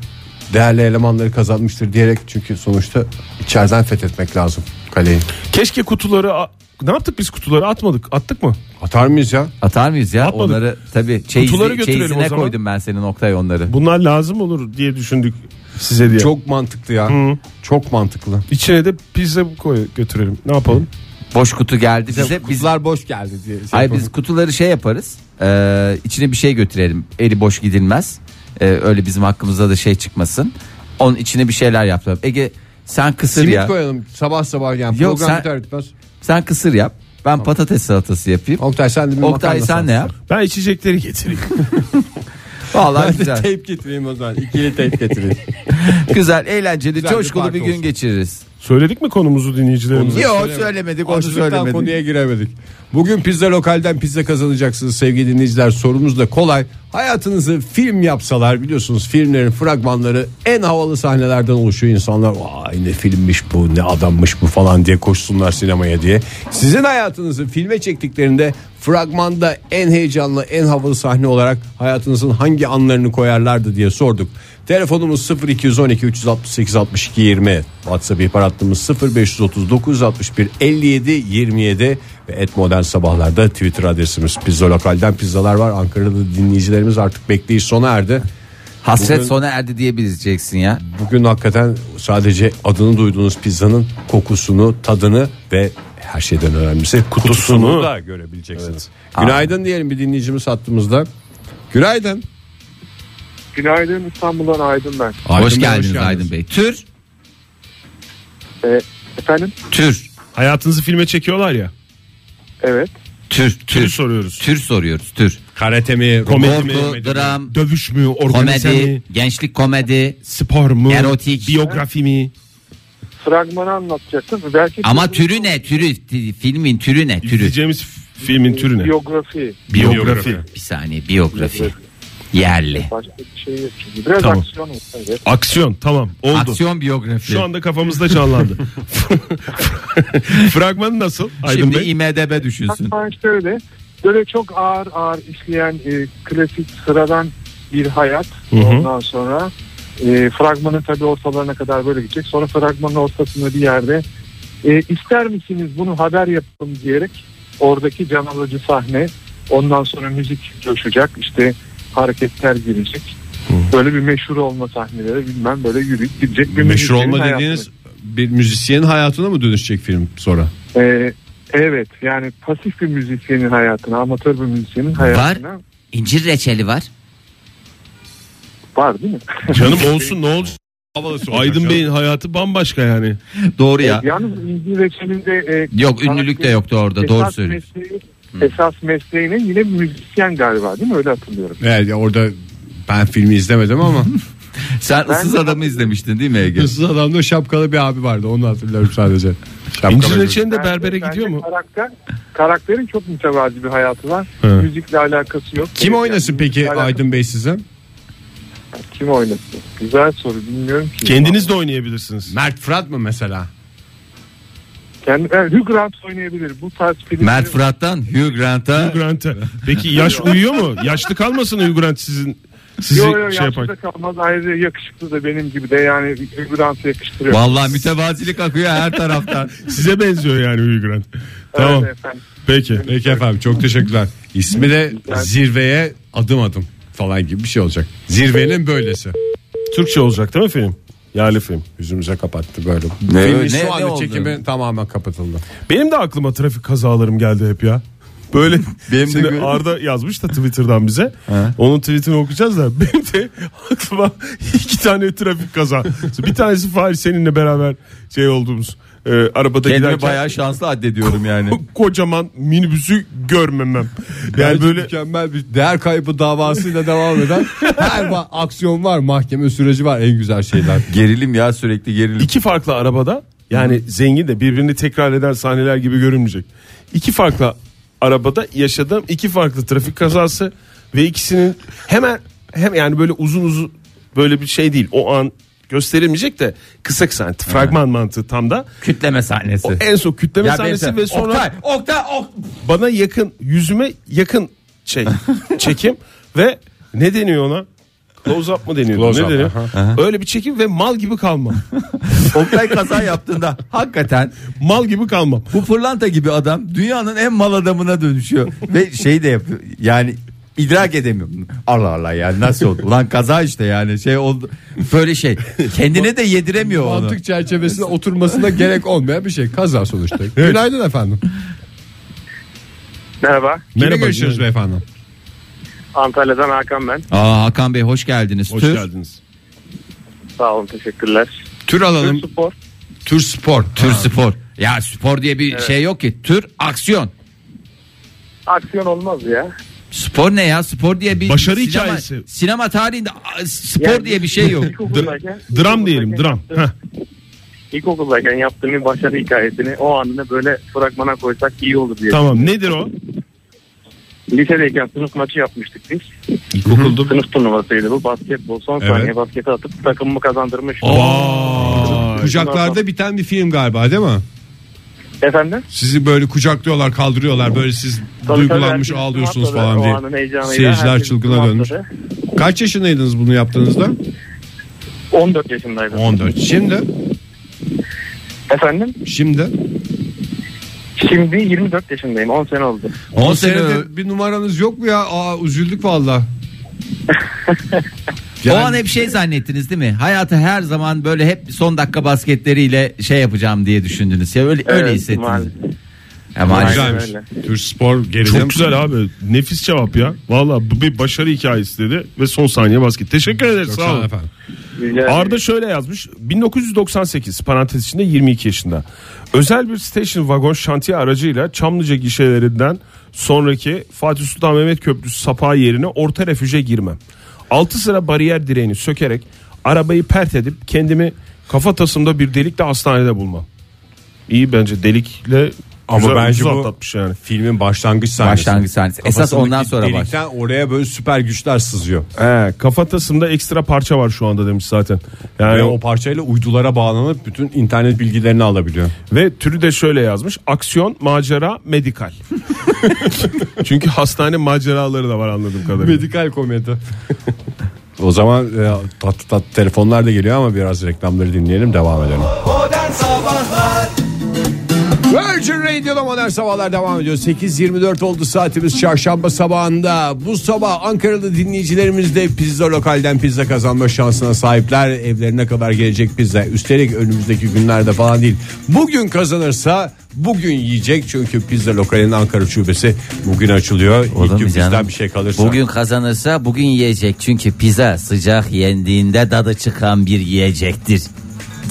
D: değerli elemanları kazanmıştır diyerek çünkü sonuçta içeriden fethetmek lazım kaleyi.
C: Keşke kutuları a- ne yaptık biz kutuları atmadık. Attık mı?
D: Atar mıyız ya?
E: Atar mıyız ya?
C: Atmadık.
E: Onları tabii çeyizli,
C: Kutuları götürelim
E: çeyizine
C: o zaman.
E: koydum ben senin Oktay onları.
C: Bunlar lazım olur diye düşündük size diye. Çok
D: Çok mantıklı ya. Çok mantıklı.
C: içine de pizza koy götürelim. Ne yapalım?
E: Boş kutu geldi bize. Biz,
D: Kutular boş geldi diye. şey
E: hayır
D: yapalım.
E: biz kutuları şey yaparız. Ee, içine bir şey götürelim. Eli boş gidilmez. Ee, öyle bizim hakkımızda da şey çıkmasın. Onun içine bir şeyler yapalım. Ege sen kısır
D: Simit
E: ya.
D: koyalım sabah sabah yani
E: Yok,
D: program
E: sen-
D: biter bitmez.
E: Sen kısır yap. Ben patates salatası yapayım.
D: Oktay sen de bir
E: Oktay
D: makarna
E: sen ne yap?
C: Ben içecekleri getireyim.
E: Vallahi güzel.
D: Teyp getireyim o zaman. İkili
E: [LAUGHS]
D: teyp getireyim.
E: güzel, eğlenceli,
D: bir
E: coşkulu bir,
D: parti
E: gün
D: olsun.
E: geçiririz.
C: [LAUGHS] Söyledik mi konumuzu dinleyicilerimize?
E: Yok söylemedik, onu
D: Açlıktan
E: söylemedik.
D: konuya giremedik. Bugün pizza lokalden pizza kazanacaksınız sevgili dinleyiciler. Sorumuz da kolay. Hayatınızı film yapsalar biliyorsunuz filmlerin fragmanları en havalı sahnelerden oluşuyor. İnsanlar vay ne filmmiş bu ne adammış bu falan diye koşsunlar sinemaya diye. Sizin hayatınızı filme çektiklerinde fragmanda en heyecanlı en havalı sahne olarak hayatınızın hangi anlarını koyarlardı diye sorduk. Telefonumuz 0212 368 62 20. WhatsApp ihbar hattımız 0539 61 57 27 ve et modern sabahlarda Twitter adresimiz. Pizza lokalden pizzalar var. Ankara'da dinleyicilerimiz artık bekleyiş sona erdi.
E: Hasret
D: Bugün-
E: sona erdi diyebileceksin ya.
D: Bugün hakikaten sadece adını duyduğunuz pizzanın kokusunu, tadını ve her şeyden önemlisi kutusunu,
C: Kutusunu.
D: da görebileceksiniz. Günaydın diyelim bir dinleyicimiz hattımızda. Günaydın.
F: Günaydın İstanbul'dan Aydın ben.
E: hoş geldiniz Aydın Bey. Tür,
F: Ee, efendim?
E: tür,
C: Hayatınızı filme çekiyorlar ya.
F: Evet.
E: tür,
C: Türü
E: tür,
C: soruyoruz.
E: tür soruyoruz. Tür.
D: Karate mi?
C: Komedi mi?
E: Korku, dram,
C: Dövüş mü? Organize mi?
E: komedi, gençlik komedi.
C: Spor mu?
E: Erotik.
C: Biyografi mi?
F: Fragmanı anlatacaksınız. Belki
E: Ama türü ne? Türü, t- filmin türü ne? Türü.
C: İzleyeceğimiz filmin türü ne?
F: Biyografi.
C: Biyografi.
E: Bir saniye, biyografi. Yerli.
F: Başka bir şey yok. çünkü. Biraz
C: Tamam.
F: aksiyon olsaydı.
C: Aksiyon tamam oldu.
E: Aksiyon biyografi.
C: Şu anda kafamızda canlandı. [LAUGHS] Fragmanı nasıl Aydın
E: Şimdi
C: Bey?
E: IMDB düşünsün.
F: Fragman şöyle. Böyle çok ağır ağır işleyen e, klasik sıradan bir hayat. Ondan sonra e, fragmanın tabii ortalarına kadar böyle gidecek. Sonra fragmanın ortasında bir yerde e, ister misiniz bunu haber yapalım diyerek oradaki can alıcı sahne ondan sonra müzik coşacak işte hareketler girecek. Böyle bir meşhur olma sahneleri bilmem böyle yürüyüp gidecek bir
D: Meşhur
F: müzisyenin
D: olma
F: hayatı.
D: dediğiniz bir müzisyenin hayatına mı dönüşecek film sonra?
F: Ee, evet yani pasif bir müzisyenin hayatına, amatör bir müzisyenin hayatına var,
E: İncir reçeli var.
F: değil mi?
C: Canım olsun ne olacak? Aydın Bey'in hayatı bambaşka yani.
E: Doğru ya.
F: Yalnız İncil Reçeli'nde... e,
E: Yok ünlülük de yoktu orada. Doğru
F: esas
E: söylüyorsun.
F: mesleği- Esas mesleğinin yine bir müzisyen galiba değil mi? Öyle hatırlıyorum.
D: Evet ya orada ben filmi izlemedim
C: [LAUGHS]
D: ama
E: Sen
F: Ben-
E: ıssız adamı izlemiştin değil mi Ege?
D: hırsız adamda şapkalı bir abi vardı onu hatırlıyorum sadece. Şapkalı
C: İncir
D: bir-
C: Reçeli de
F: Bence-
C: berbere
F: bence
C: gidiyor mu?
F: Karakter, karakterin çok mütevazi bir hayatı var.
C: Evet.
F: Müzikle alakası yok.
D: Kim
F: Evet,
D: oynasın
F: yani
D: peki
F: müzikle alakası-
D: Aydın Bey size?
F: Kim oynasın? Güzel soru bilmiyorum ki.
C: Kendiniz de oynayabilirsiniz.
D: Mert Fırat mı mesela?
F: Kendi, yani Hugh Grant oynayabilir. Bu tarz filmleri...
E: Mert Fırat'tan Hugh Grant'a
C: Hugh Grant'e. Peki yaş uyuyor mu? Yaşlı kalmasın Hugh Grant sizin sizi
F: yo, yo,
C: şey yapar.
F: yaşlı da kalmaz ayrıca yakışıklı da benim gibi de yani Hugh Grant'ı yakıştırıyor.
E: Vallahi mütevazilik akıyor her taraftan.
C: Size benziyor yani Hugh Grant.
F: Öyle
C: Tamam.
F: efendim.
C: Peki.
D: Peki efendim çok teşekkürler. İsmi de zirveye adım adım falan gibi bir şey olacak. Zirvenin böylesi.
C: Türkçe olacak değil mi film? Yerli film.
D: Yüzümüze kapattı böyle.
E: Ne-
D: Filmin
E: ne-
D: şu
E: ne
D: anda
E: oldu?
D: çekimi tamamen kapatıldı.
C: Benim de aklıma trafik kazalarım geldi hep ya. Böyle
E: [LAUGHS] Benim de
C: Şimdi
E: gördüm.
C: Arda yazmış da Twitter'dan bize. Onun tweetini okuyacağız da benim de [LAUGHS] aklıma iki tane trafik kaza. bir tanesi Fahir seninle beraber şey olduğumuz e, arabada
E: Kendimi
C: giderken
E: bayağı şanslı addediyorum yani.
C: [LAUGHS] kocaman minibüsü görmemem. Yani
D: Bence
C: böyle
D: mükemmel bir değer kaybı davasıyla devam eden her ba- aksiyon var, mahkeme süreci var en güzel şeyler.
E: gerilim ya sürekli gerilim.
C: iki farklı arabada yani zengin de birbirini tekrar eden sahneler gibi görünmeyecek. İki farklı arabada yaşadığım iki farklı trafik kazası ve ikisinin hemen hem yani böyle uzun uzun böyle bir şey değil. O an gösterilmeyecek de kısa kısa yani fragman mantığı tam da.
E: Kütleme sahnesi.
C: O en son kütleme
E: Ya benim
C: sahnesi
E: sen-
C: ve sonra
E: Oktay, Oktay, Oktay.
C: bana yakın yüzüme yakın
E: [LAUGHS]
C: şey çekim ve ne deniyor ona? Close up mı deniyor?
D: Close
C: ne
D: up,
C: deniyor? Öyle bir çekim ve mal
E: [LAUGHS]
C: gibi kalmam.
E: Oktay kaza yaptığında hakikaten
C: mal gibi kalmam.
E: bu fırlanta gibi adam dünyanın en mal adamına dönüşüyor. Ve şey de yapıyor yani idrak edemiyorum. Allah Allah yani nasıl oldu? Ulan kaza işte yani şey oldu. Böyle şey kendine de yediremiyor onu.
D: Mantık çerçevesine oturmasına gerek olmayan bir şey. Kaza sonuçta. Günaydın efendim.
F: Merhaba.
D: Kime
C: Merhaba,
D: görüşüyoruz beyefendi?
F: Antalya'dan Hakan ben.
E: Aa, Hakan Bey hoş geldiniz.
C: Hoş
E: Tüh.
C: geldiniz.
F: Sağ olun teşekkürler.
D: Tür alalım.
F: Türk Spor.
D: Tür spor.
E: Tür spor. Ya spor diye bir şey yok ki. Tür aksiyon.
F: Aksiyon olmaz ya.
E: Spor ne ya? Spor diye bir
C: Başarı
E: sinema,
C: hikayesi.
E: Sinema tarihinde a- spor
F: Yani-
E: diye bir şey
C: [LAUGHS]
E: yok.
F: [LAUGHS] İlkokuldayken,
C: Dram diyelim dram. Heh.
F: İlkokuldayken yaptığım bir başarı hikayesini o anını böyle fragmana koysak iyi olur diye.
C: Tamam nedir o?
F: Lisedeyken sınıf maçı yapmıştık biz.
C: İlkokulda.
F: Sınıf turnuvasıydı bu basketbol. Son
D: Evet.
F: saniye basketi atıp takımımı kazandırmış.
D: Vay. Kucaklarda biten bir film galiba değil mi?
F: Efendim?
D: Sizi böyle kucaklıyorlar, kaldırıyorlar. Böyle siz
F: Tabii
D: duygulanmış
F: tabii herkes
D: ağlıyorsunuz
F: atladı.
D: falan
F: O
D: diye.
F: anın heyecanıyla
D: Seyirciler
F: herkes
D: çılgına
F: atladı.
D: dönmüş. Kaç yaşındaydınız bunu yaptığınızda?
F: 14 yaşındaydım.
D: 14. Şimdi?
F: Efendim?
D: Şimdi?
F: Şimdi 24 yaşındayım. 10 sene oldu.
E: 10
D: Bu
E: sene
D: senede bir numaranız yok mu ya? Aa üzüldük valla.
E: O an hep şey zannettiniz değil mi? Hayatı her zaman böyle hep son dakika basketleriyle şey yapacağım diye düşündünüz. Ya öyle öyle
F: Evet,
E: hissettiniz.
F: maalesef.
E: Ya maalesef.
F: Aynen
D: Güzelmiş.
F: öyle.
D: Türk spor gerilim.
C: Çok güzel abi. Nefis cevap ya. Valla bu bir başarı hikayesi dedi ve son saniye basket. Teşekkür ederiz. Sağ olun.
D: efendim.
F: Rica ederim.
C: Arda şöyle yazmış. 1998 parantez içinde 22 yaşında. Özel bir station vagon şantiye aracıyla Çamlıca gişelerinden sonraki Fatih Sultan Mehmet Köprüsü sapağı yerine orta refüje girmem. 6 sıra bariyer direğini sökerek arabayı pert edip kendimi kafa tasımda bir delikle hastanede bulmam. İyi bence delikle
D: Ama
C: güzel,
D: bence
C: ucuz
D: bu-
C: atlatmış yani.
D: Filmin başlangıç sahnesi.
E: Başlangıç sahnesi. Esas
D: Kafasındaki
E: ondan sonra baş.
D: delikten oraya böyle süper güçler sızıyor.
C: He, kafatasında ekstra parça var şu anda demiş zaten. Yani
D: Ve
C: o
D: o parçayla uydulara bağlanıp bütün internet bilgilerini alabiliyor.
C: Ve türü de şöyle yazmış. Aksiyon, macera, medikal. Çünkü hastane maceraları da var anladığım kadarıyla.
D: Medikal komedi. [LAUGHS] o zaman e, tatlı tatlı telefonlar da geliyor ama biraz reklamları dinleyelim devam edelim.
B: Modern Sabahlar
D: Virgin Radio'da modern sabahlar devam ediyor. 8.24 oldu saatimiz çarşamba sabahında. Bu sabah Ankaralı dinleyicilerimiz de pizza lokalden pizza kazanma şansına sahipler. Evlerine kadar gelecek pizza. Üstelik önümüzdeki günlerde falan değil. Bugün kazanırsa bugün yiyecek. Çünkü pizza lokalinin Ankara şubesi bugün açılıyor. İlk gün bizden bir şey kalırsa.
E: Bugün kazanırsa bugün yiyecek. Çünkü pizza sıcak yendiğinde dadı çıkan bir yiyecektir.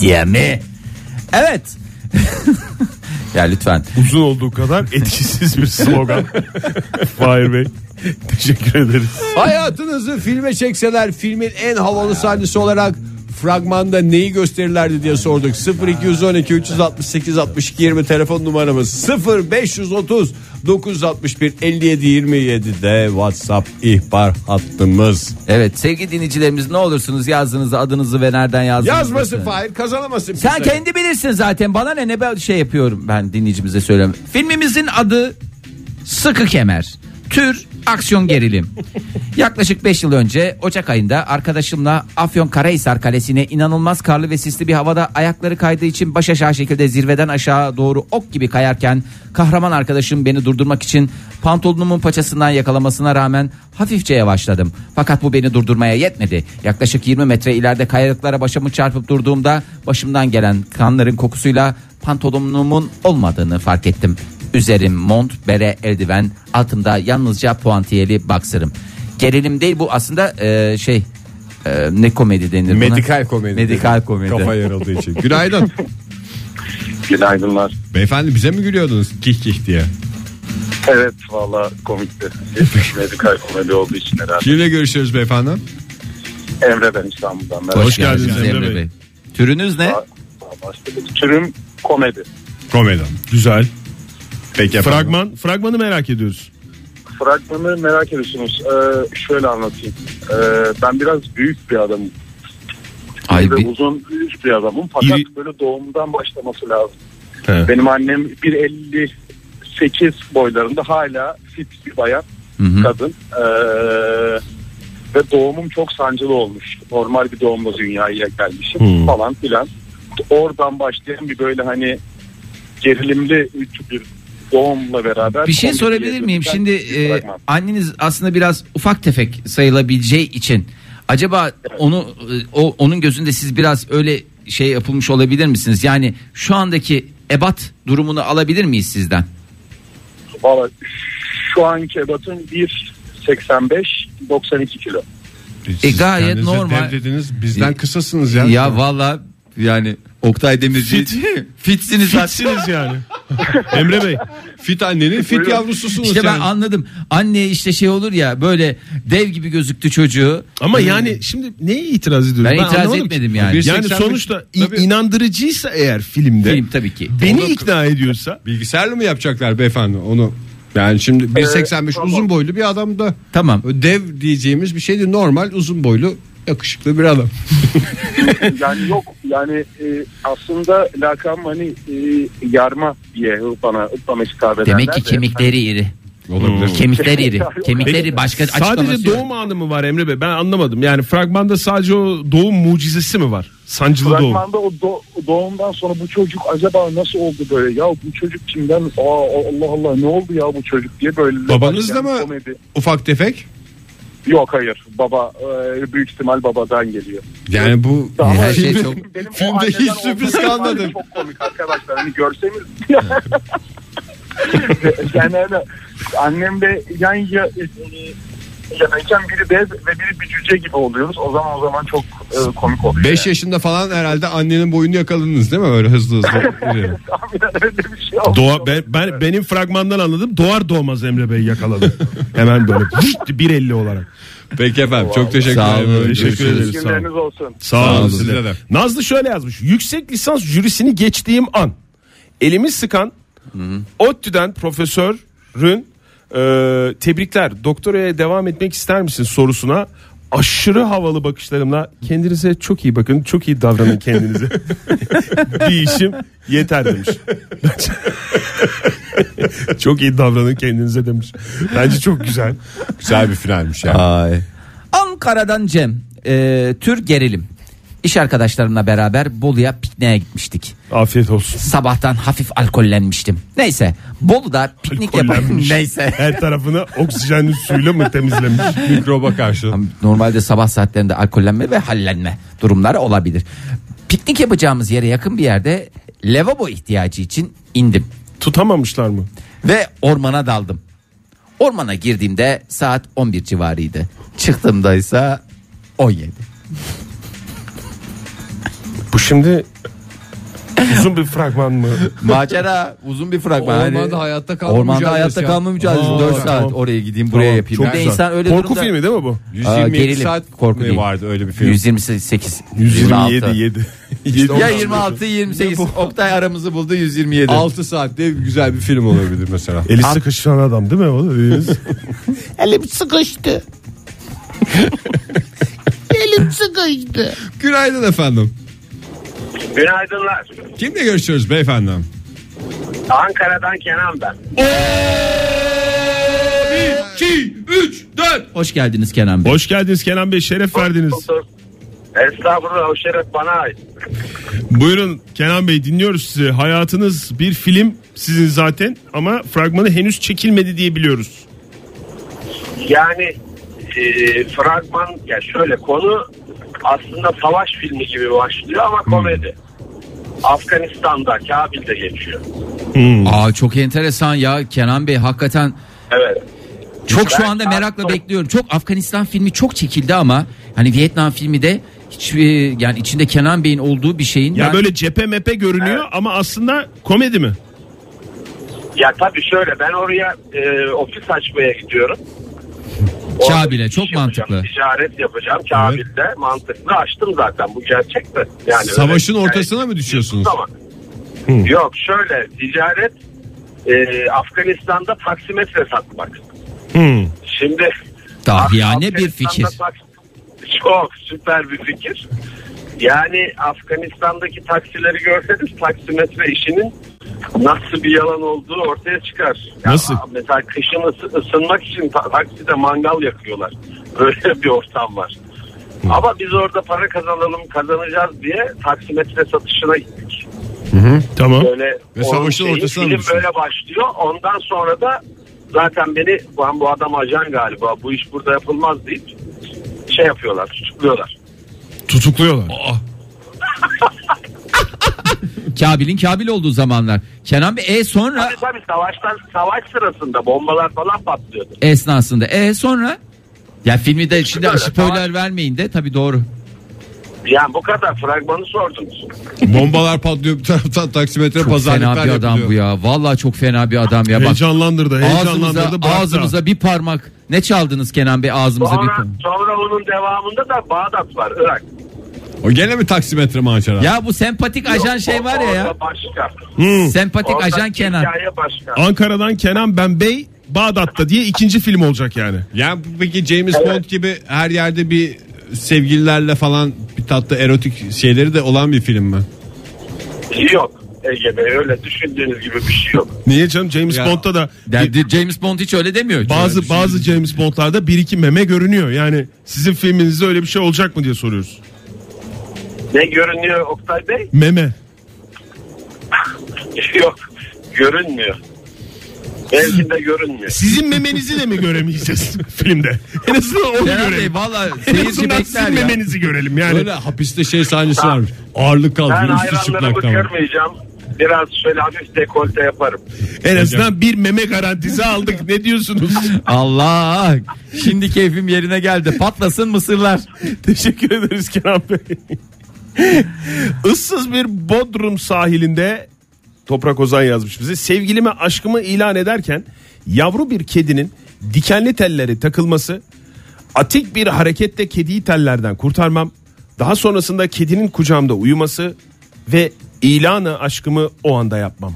E: Diye mi? Evet. [LAUGHS] ya lütfen.
C: Uzun olduğu kadar etkisiz bir slogan. Fahir Bey. Teşekkür ederiz.
D: Hayatınızı filme çekseler filmin en havalı sahnesi olarak fragmanda neyi gösterirlerdi diye sorduk. 0212 368 62 20 telefon numaramız 0530 961 57 27 de WhatsApp ihbar hattımız.
E: Evet sevgili dinleyicilerimiz ne olursunuz yazdığınızı adınızı ve nereden yazdığınızı.
D: Yazmasın
E: lütfen.
D: Fahir kazanamasın.
E: Sen
D: bizi.
E: kendi bilirsin zaten bana ne ne ben şey yapıyorum ben dinleyicimize söylüyorum. Filmimizin adı Sıkı Kemer. Tür aksiyon gerilim. Yaklaşık 5 yıl önce Ocak ayında arkadaşımla Afyon Karahisar Kalesi'ne inanılmaz karlı ve sisli bir havada ayakları kaydığı için baş aşağı şekilde zirveden aşağı doğru ok gibi kayarken kahraman arkadaşım beni durdurmak için pantolonumun paçasından yakalamasına rağmen hafifçe yavaşladım. Fakat bu beni durdurmaya yetmedi. Yaklaşık 20 metre ileride kayalıklara başımı çarpıp durduğumda başımdan gelen kanların kokusuyla pantolonumun olmadığını fark ettim. Üzerim mont, bere, eldiven, altımda yalnızca puantiyeli baksırım. Gerilim değil bu aslında e, şey e, ne komedi denir buna?
D: Medikal komedi.
C: [LAUGHS]
E: Medikal komedi.
D: [LAUGHS] Kafa yarıldığı için. Günaydın.
G: Günaydınlar.
D: Beyefendi bize mi gülüyordunuz? Kih kih diye.
G: Evet valla komikti. Bir Medikal komedi olduğu için herhalde.
D: Kimle görüşüyoruz beyefendi?
G: Emre ben İstanbul'dan. Merhaba.
D: Hoş geldiniz Emre Bey.
E: Türünüz ne?
G: Başladık. Türüm komedi.
D: Komedi.
C: Güzel.
D: Peki efendim.
C: Fragman, fragmanı merak ediyoruz.
G: Fragmanı merak ediyorsunuz. Ee, şöyle anlatayım. Ee, ben biraz büyük bir adamım.
E: Ay
G: Ve
E: bir-
G: uzun büyük bir adamım. Fakat
C: İri-
G: böyle doğumdan başlaması lazım.
C: He.
G: Benim annem 1.58 boylarında hala fit bir bayan
E: Hı hı.
G: kadın. Ee, ve doğumum çok sancılı olmuş. Normal bir doğumla dünyaya gelmişim
C: Hmm.
G: falan filan. Oradan başlayan bir böyle hani gerilimli üç bir doğumla beraber.
E: Bir şey
G: komedi
E: sorabilir miyim?
G: yerinden
E: Şimdi
G: bir
E: e,
G: fragman.
E: anneniz aslında biraz ufak tefek sayılabileceği için acaba onu e, o onun gözünde siz biraz öyle şey yapılmış olabilir misiniz? Yani şu andaki ebat durumunu alabilir miyiz sizden?
G: Valla şu anki ebatım 1.85
D: [LAUGHS]
G: 92 kilo.
E: E, gayet normal.
D: dediniz bizden
E: E,
D: kısasınız ya.
E: Ya valla yani Oktay Demirci [LAUGHS] fitsiniz zaten.
C: Fitsiniz yani. Emre Bey.
D: Fit annenin fit
G: Buyurun.
D: yavrususunuz.
E: İşte ben
D: yani.
E: anladım. Anne işte şey olur ya böyle dev gibi gözüktü çocuğu. Ee,
C: Ama yani şimdi neye itiraz ediyorum?
E: Ben itiraz
C: anlamadım
E: etmedim
C: ki.
E: yani.
C: Ee, Yani
D: 1.85
C: sonuçta i-
D: Tabii.
C: inandırıcıysa eğer filmde
E: Film tabii ki.
C: beni ikna ediyorsa
D: Bilgisayarla mı yapacaklar beyefendi onu? Yani şimdi 1.85
G: tamam.
D: uzun boylu bir adam da
E: Tamam.
D: dev diyeceğimiz bir şeydi. Normal uzun boylu yakışıklı bir adam.
G: yani yok yani e, aslında lakam hani e, yarma diye hırpana hırpana hitap ederler.
E: Demek ki
G: de.
E: kemikleri iri.
D: Olabilir.
E: Kemikleri iri. Kemikleri başka açıklaması
C: sadece
E: yok.
C: doğum anı mı var Emre Bey? Ben anlamadım. Yani fragmanda sadece o doğum mucizesi mi var? Sancılı doğum.
G: Fragmanda o do- doğumdan sonra bu çocuk acaba nasıl oldu böyle? Ya bu çocuk kimden? Aa Allah Allah ne oldu ya bu çocuk diye böyle.
D: Babanız
G: başlayan
D: da mı?
G: komedi.
D: Ufak tefek.
G: Yok hayır. Baba e, büyük ihtimal babadan geliyor.
D: Yani bu
E: Her
D: [LAUGHS]
E: şey çok
G: Benim o
D: Filmde
G: anneden
D: hiç
G: olma
D: sürpriz
G: ihtimali
D: kalmadı.
G: Çok komik arkadaşlar. Hani görseniz. [LAUGHS] yani öyle. Annem de yan ya, yanayken biri bez ve biri bir cüce gibi oluyoruz. O zaman o zaman çok e, komik oluyor.
D: 5 yaşında falan herhalde annenin boyunu yakaladınız değil mi? Öyle hızlı hızlı.
E: [LAUGHS]
D: ileri.
G: Tahminen öyle bir şey oldu.
C: Doğa, ben, ben- benim fragmandan anladım. Doğar doğmaz Emre Bey yakaladı. Hemen böyle vırt, 1.50 olarak.
D: Peki efendim çok teşekkür
E: Sağ olun,
D: ederim.
C: teşekkür ederiz.
D: Sağ olun.
G: Günleriniz olsun.
C: Sağ olun
D: olun
C: size.
D: size de.
C: Nazlı şöyle yazmış. Yüksek lisans jürisini geçtiğim an elimi sıkan ODTÜ'den profesörün e, tebrikler doktoraya devam etmek ister misin sorusuna aşırı havalı bakışlarımla kendinize çok iyi bakın çok iyi davranın kendinize bir işim yeter demiş. çok iyi davranın kendinize demiş. Bence çok güzel.
D: Güzel bir finalmiş yani.
E: Ay. Ankara'dan Cem. Ee, tür gerilim. İş arkadaşlarımla beraber Bolu'ya pikniğe gitmiştik.
C: Afiyet olsun.
E: Sabahtan hafif alkollenmiştim. Neyse Bolu'da piknik yapan... [LAUGHS]
C: Alkollenmiş.
E: Neyse.
C: Her tarafını oksijenli suyla mı temizlemiş?
D: [LAUGHS] Mikroba karşı.
E: Normalde sabah saatlerinde alkollenme ve hallenme durumları olabilir. Piknik yapacağımız yere yakın bir yerde lavabo ihtiyacı için indim.
C: Tutamamışlar mı?
E: ve ormana daldım. Ormana girdiğimde saat 11 civarıydı. Çıktığımda ise 17.
C: Bu şimdi uzun bir fragman mı?
E: Macera [LAUGHS] uzun bir fragman.
D: Ormanda
E: Hani-
D: hayatta kalma
E: Ormanda
D: mücadelesi
E: hayatta
D: ya.
E: kalma mücadelesi.
D: Aa,
E: 4 saat
C: tamam.
E: oraya gideyim buraya
C: Tamam,
E: yapayım.
C: çok
E: Bir de
C: güzel.
E: insan öyle
C: Korku
E: durumda-
C: filmi değil mi bu?
E: Aa,
D: 127
E: gerilim,
D: saat
E: korku değil.
D: vardı öyle bir film.
E: 128.
C: 127 7.
E: Ya 26 28. [LAUGHS] Oktay aramızı buldu 127.
D: 6 saatte güzel bir film olabilir
E: [LAUGHS]
D: mesela.
C: Eli sıkışan adam değil mi o? dediğiniz?
E: Elim sıkıştı. Elim sıkıştı.
D: Günaydın efendim.
H: Günaydınlar.
D: Kimle görüşüyoruz beyefendi?
H: Ankara'dan Kenan ben.
D: 2, 3, 4.
E: Hoş geldiniz Kenan Bey.
C: [LAUGHS] Hoş geldiniz Kenan Bey. Şeref verdiniz.
H: Estağfurullah o şeref bana ait.
C: Buyurun Kenan Bey dinliyoruz sizi. Hayatınız bir film sizin zaten ama fragmanı henüz çekilmedi diye biliyoruz.
H: Yani e, fragman ya şöyle konu aslında savaş filmi gibi başlıyor ama komedi. Afganistan'da Kabil'de geçiyor.
E: Aa çok enteresan ya Kenan Bey hakikaten
H: Evet.
E: Çok şu
H: Ben
E: anda merakla
H: Afgan-
E: bekliyorum. Çok Afganistan filmi çok çekildi ama hani Vietnam filmi de hiçbir yani içinde Kenan Bey'in olduğu bir şeyin
C: Ya
E: ben-
C: böyle cephe mepe görünüyor ama aslında komedi mi?
G: Ya tabii şöyle ben oraya e, ofis açmaya gidiyorum. Orada
E: Kabil'e
G: iş
E: çok
G: yapacağım,
E: mantıklı.
G: Ticaret yapacağım Kabil'de mantıklı açtım zaten bu gerçek de. Yani öyle-
D: Savaşın
G: yani-
D: ortasına mı düşüyorsunuz?
G: Ama yok şöyle ticaret e, Afganistan'da taksimetre satmak.
C: Hmm.
G: Şimdi
E: Dahiyane
G: Af-
E: bir
G: Afganistan'da
E: fikir.
G: taks- Çok süper bir fikir. Yani Afganistan'daki taksileri görseniz taksimetre işinin nasıl bir yalan olduğu ortaya çıkar. Ya,
C: Nasıl?
G: mesela kışın ısı- ısınmak için ta- takside mangal yakıyorlar. Böyle [LAUGHS] bir ortam var. Ama biz orada para kazanalım kazanacağız diye taksimetre satışına gittik.
C: Tamam.
G: Böyle
D: Ve
G: onun
D: savaşın
G: şeyi,
D: ortasına mı
G: film
D: düştün?
G: böyle başlıyor. Ondan sonra da zaten beni "Lan bu adam ajan galiba bu iş burada yapılmaz deyip şey yapıyorlar tutukluyorlar.
C: Tutukluyorlar.
E: Kabil'in Kabil olduğu zamanlar. Kenan Bey e sonra
G: Tabii tabii savaştan savaş sırasında bombalar falan patlıyordu.
E: esnasında e sonra ya filmi de şimdi
G: Böyle,
E: spoiler vermeyin de tabii doğru.
G: Yani bu kadar fragmanı sordunuz.
D: Bombalar patlıyor bir taraftan taksimetre
E: Çok fena
D: pazarlıklar
E: bir adam bu
D: yapılıyor.
E: ya. Vallahi çok fena bir adam ya. Bak
C: Heyecanlandırdı, heyecanlandırdı.
E: ağzımıza,
C: bıraktı.
E: ağzımıza bir parmak. Ne çaldınız Kenan Bey ağzımıza bir
G: Sonra,
E: parmak.
G: sonra onun devamında da Bağdat var Irak.
D: O gene mi taksimetre macera?
E: Ya bu sempatik ajan şey var ya ya.
G: Orada başka.
E: Sempatik
G: Orada
E: ajan Kenan.
G: Hikaye başka.
C: Ankara'dan Kenan Ben Bey Bağdat'ta diye ikinci film olacak yani.
D: Ya peki James
G: Evet.
D: Bond gibi her yerde bir sevgililerle falan bir tatlı erotik şeyleri de olan bir film mi?
G: şey Yok Ege Bey öyle düşündüğünüz gibi bir şey yok.
C: Niye canım James
D: Ya,
C: Bond'da da bir-
E: Yani James Bond hiç öyle demiyor.
C: bazı bazı James Bond'larda bir iki meme görünüyor. Yani sizin filminizde öyle bir şey olacak mı diye soruyoruz.
G: Ne görünüyor Oktay Bey?
C: Meme.
G: [LAUGHS] Yok görünmüyor. Belki de görünmüyor.
C: Sizin memenizi de mi
D: [LAUGHS]
C: göremeyeceğiz filmde? En azından onu
E: Kenan Bey
C: görelim.
E: valla
C: En
E: seyirci
C: azından sizin
E: bekler ya.
C: memenizi görelim yani.
D: Böyle hapiste şey sahnesi var. Ağırlık
G: Ben
D: kaldırıyor üstü
G: hayranlarımı
D: çıplak tamam.
G: kırmayacağım. Biraz şöyle hafif dekolte yaparım.
C: En azından bir meme garantisi aldık.
E: [LAUGHS]
C: Ne diyorsunuz?
E: Allah şimdi keyfim yerine geldi. Patlasın mısırlar.
C: Teşekkür ederiz Kenan Bey. [LAUGHS] Issız bir Bodrum sahilinde Toprak Ozan yazmış bize. Sevgilime aşkımı ilan ederken yavru bir kedinin dikenli telleri takılması, atik bir hareketle kediyi tellerden kurtarmam, daha sonrasında kedinin kucağımda uyuması ve ilanı aşkımı o anda yapmam.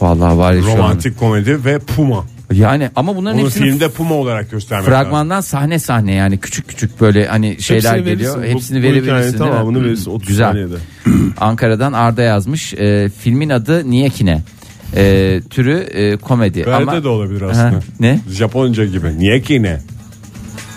E: Vallahi var ya şu an.
I: Romantik komedi ve Puma.
E: Yani ama bunların
I: Onu
E: hepsini
I: filmde Puma olarak göstermek lazım.
E: fragmandan sahne sahne yani küçük küçük böyle hani şeyler
C: Hepsini
E: geliyor.
C: verirsin. Bu-
E: Hepsini
C: bu hikayenin
E: verebilirsin. değil mi?
C: tamamını
E: Hı,
C: verirsin, 30
E: Güzel.
C: saniyede.
E: Ankara'dan Arda yazmış. E, filmin adı Niyekine. E, türü e, komedi.
I: Böyle
E: ama...
I: de olabilir
E: Ha,
I: aslında.
E: ne?
I: Japonca gibi. Niye ki ne?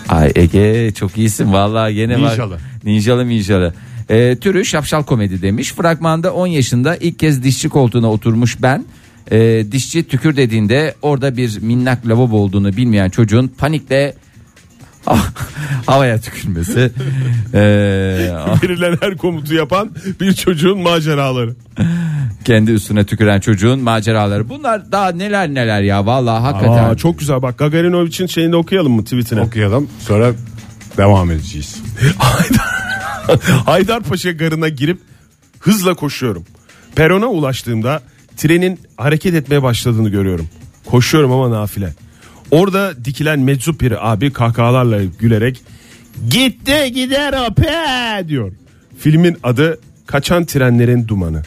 E: Ay Ege çok iyisin vallahi gene var.
I: Ninjalı.
E: Ninjalı minjalı. Ee, türü şapşal komedi demiş. Fragmanda 10 yaşında ilk kez dişçi koltuğuna oturmuş ben. Ee, dişçi tükür dediğinde orada bir minnak lavabo olduğunu bilmeyen çocuğun panikle [LAUGHS] havaya tükürmesi. Ee,
C: Verilen her komutu yapan bir çocuğun maceraları.
E: kendi üstüne tüküren çocuğun maceraları. Bunlar daha neler neler ya vallahi hakikaten.
C: Aa, çok güzel bak Gagarinovic'in şeyini okuyalım mı tweetini? [LAUGHS]
I: Okuyalım sonra devam edeceğiz.
C: Haydarpaşa garına girip hızla koşuyorum. Perona ulaştığımda trenin hareket etmeye başladığını görüyorum. Koşuyorum ama nafile. Orada dikilen meczup bir abi kahkahalarla gülerek gitti gider o pe diyor. Filmin adı Kaçan Trenlerin Dumanı.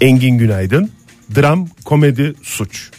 C: Engin Günaydın, dram, komedi, suç.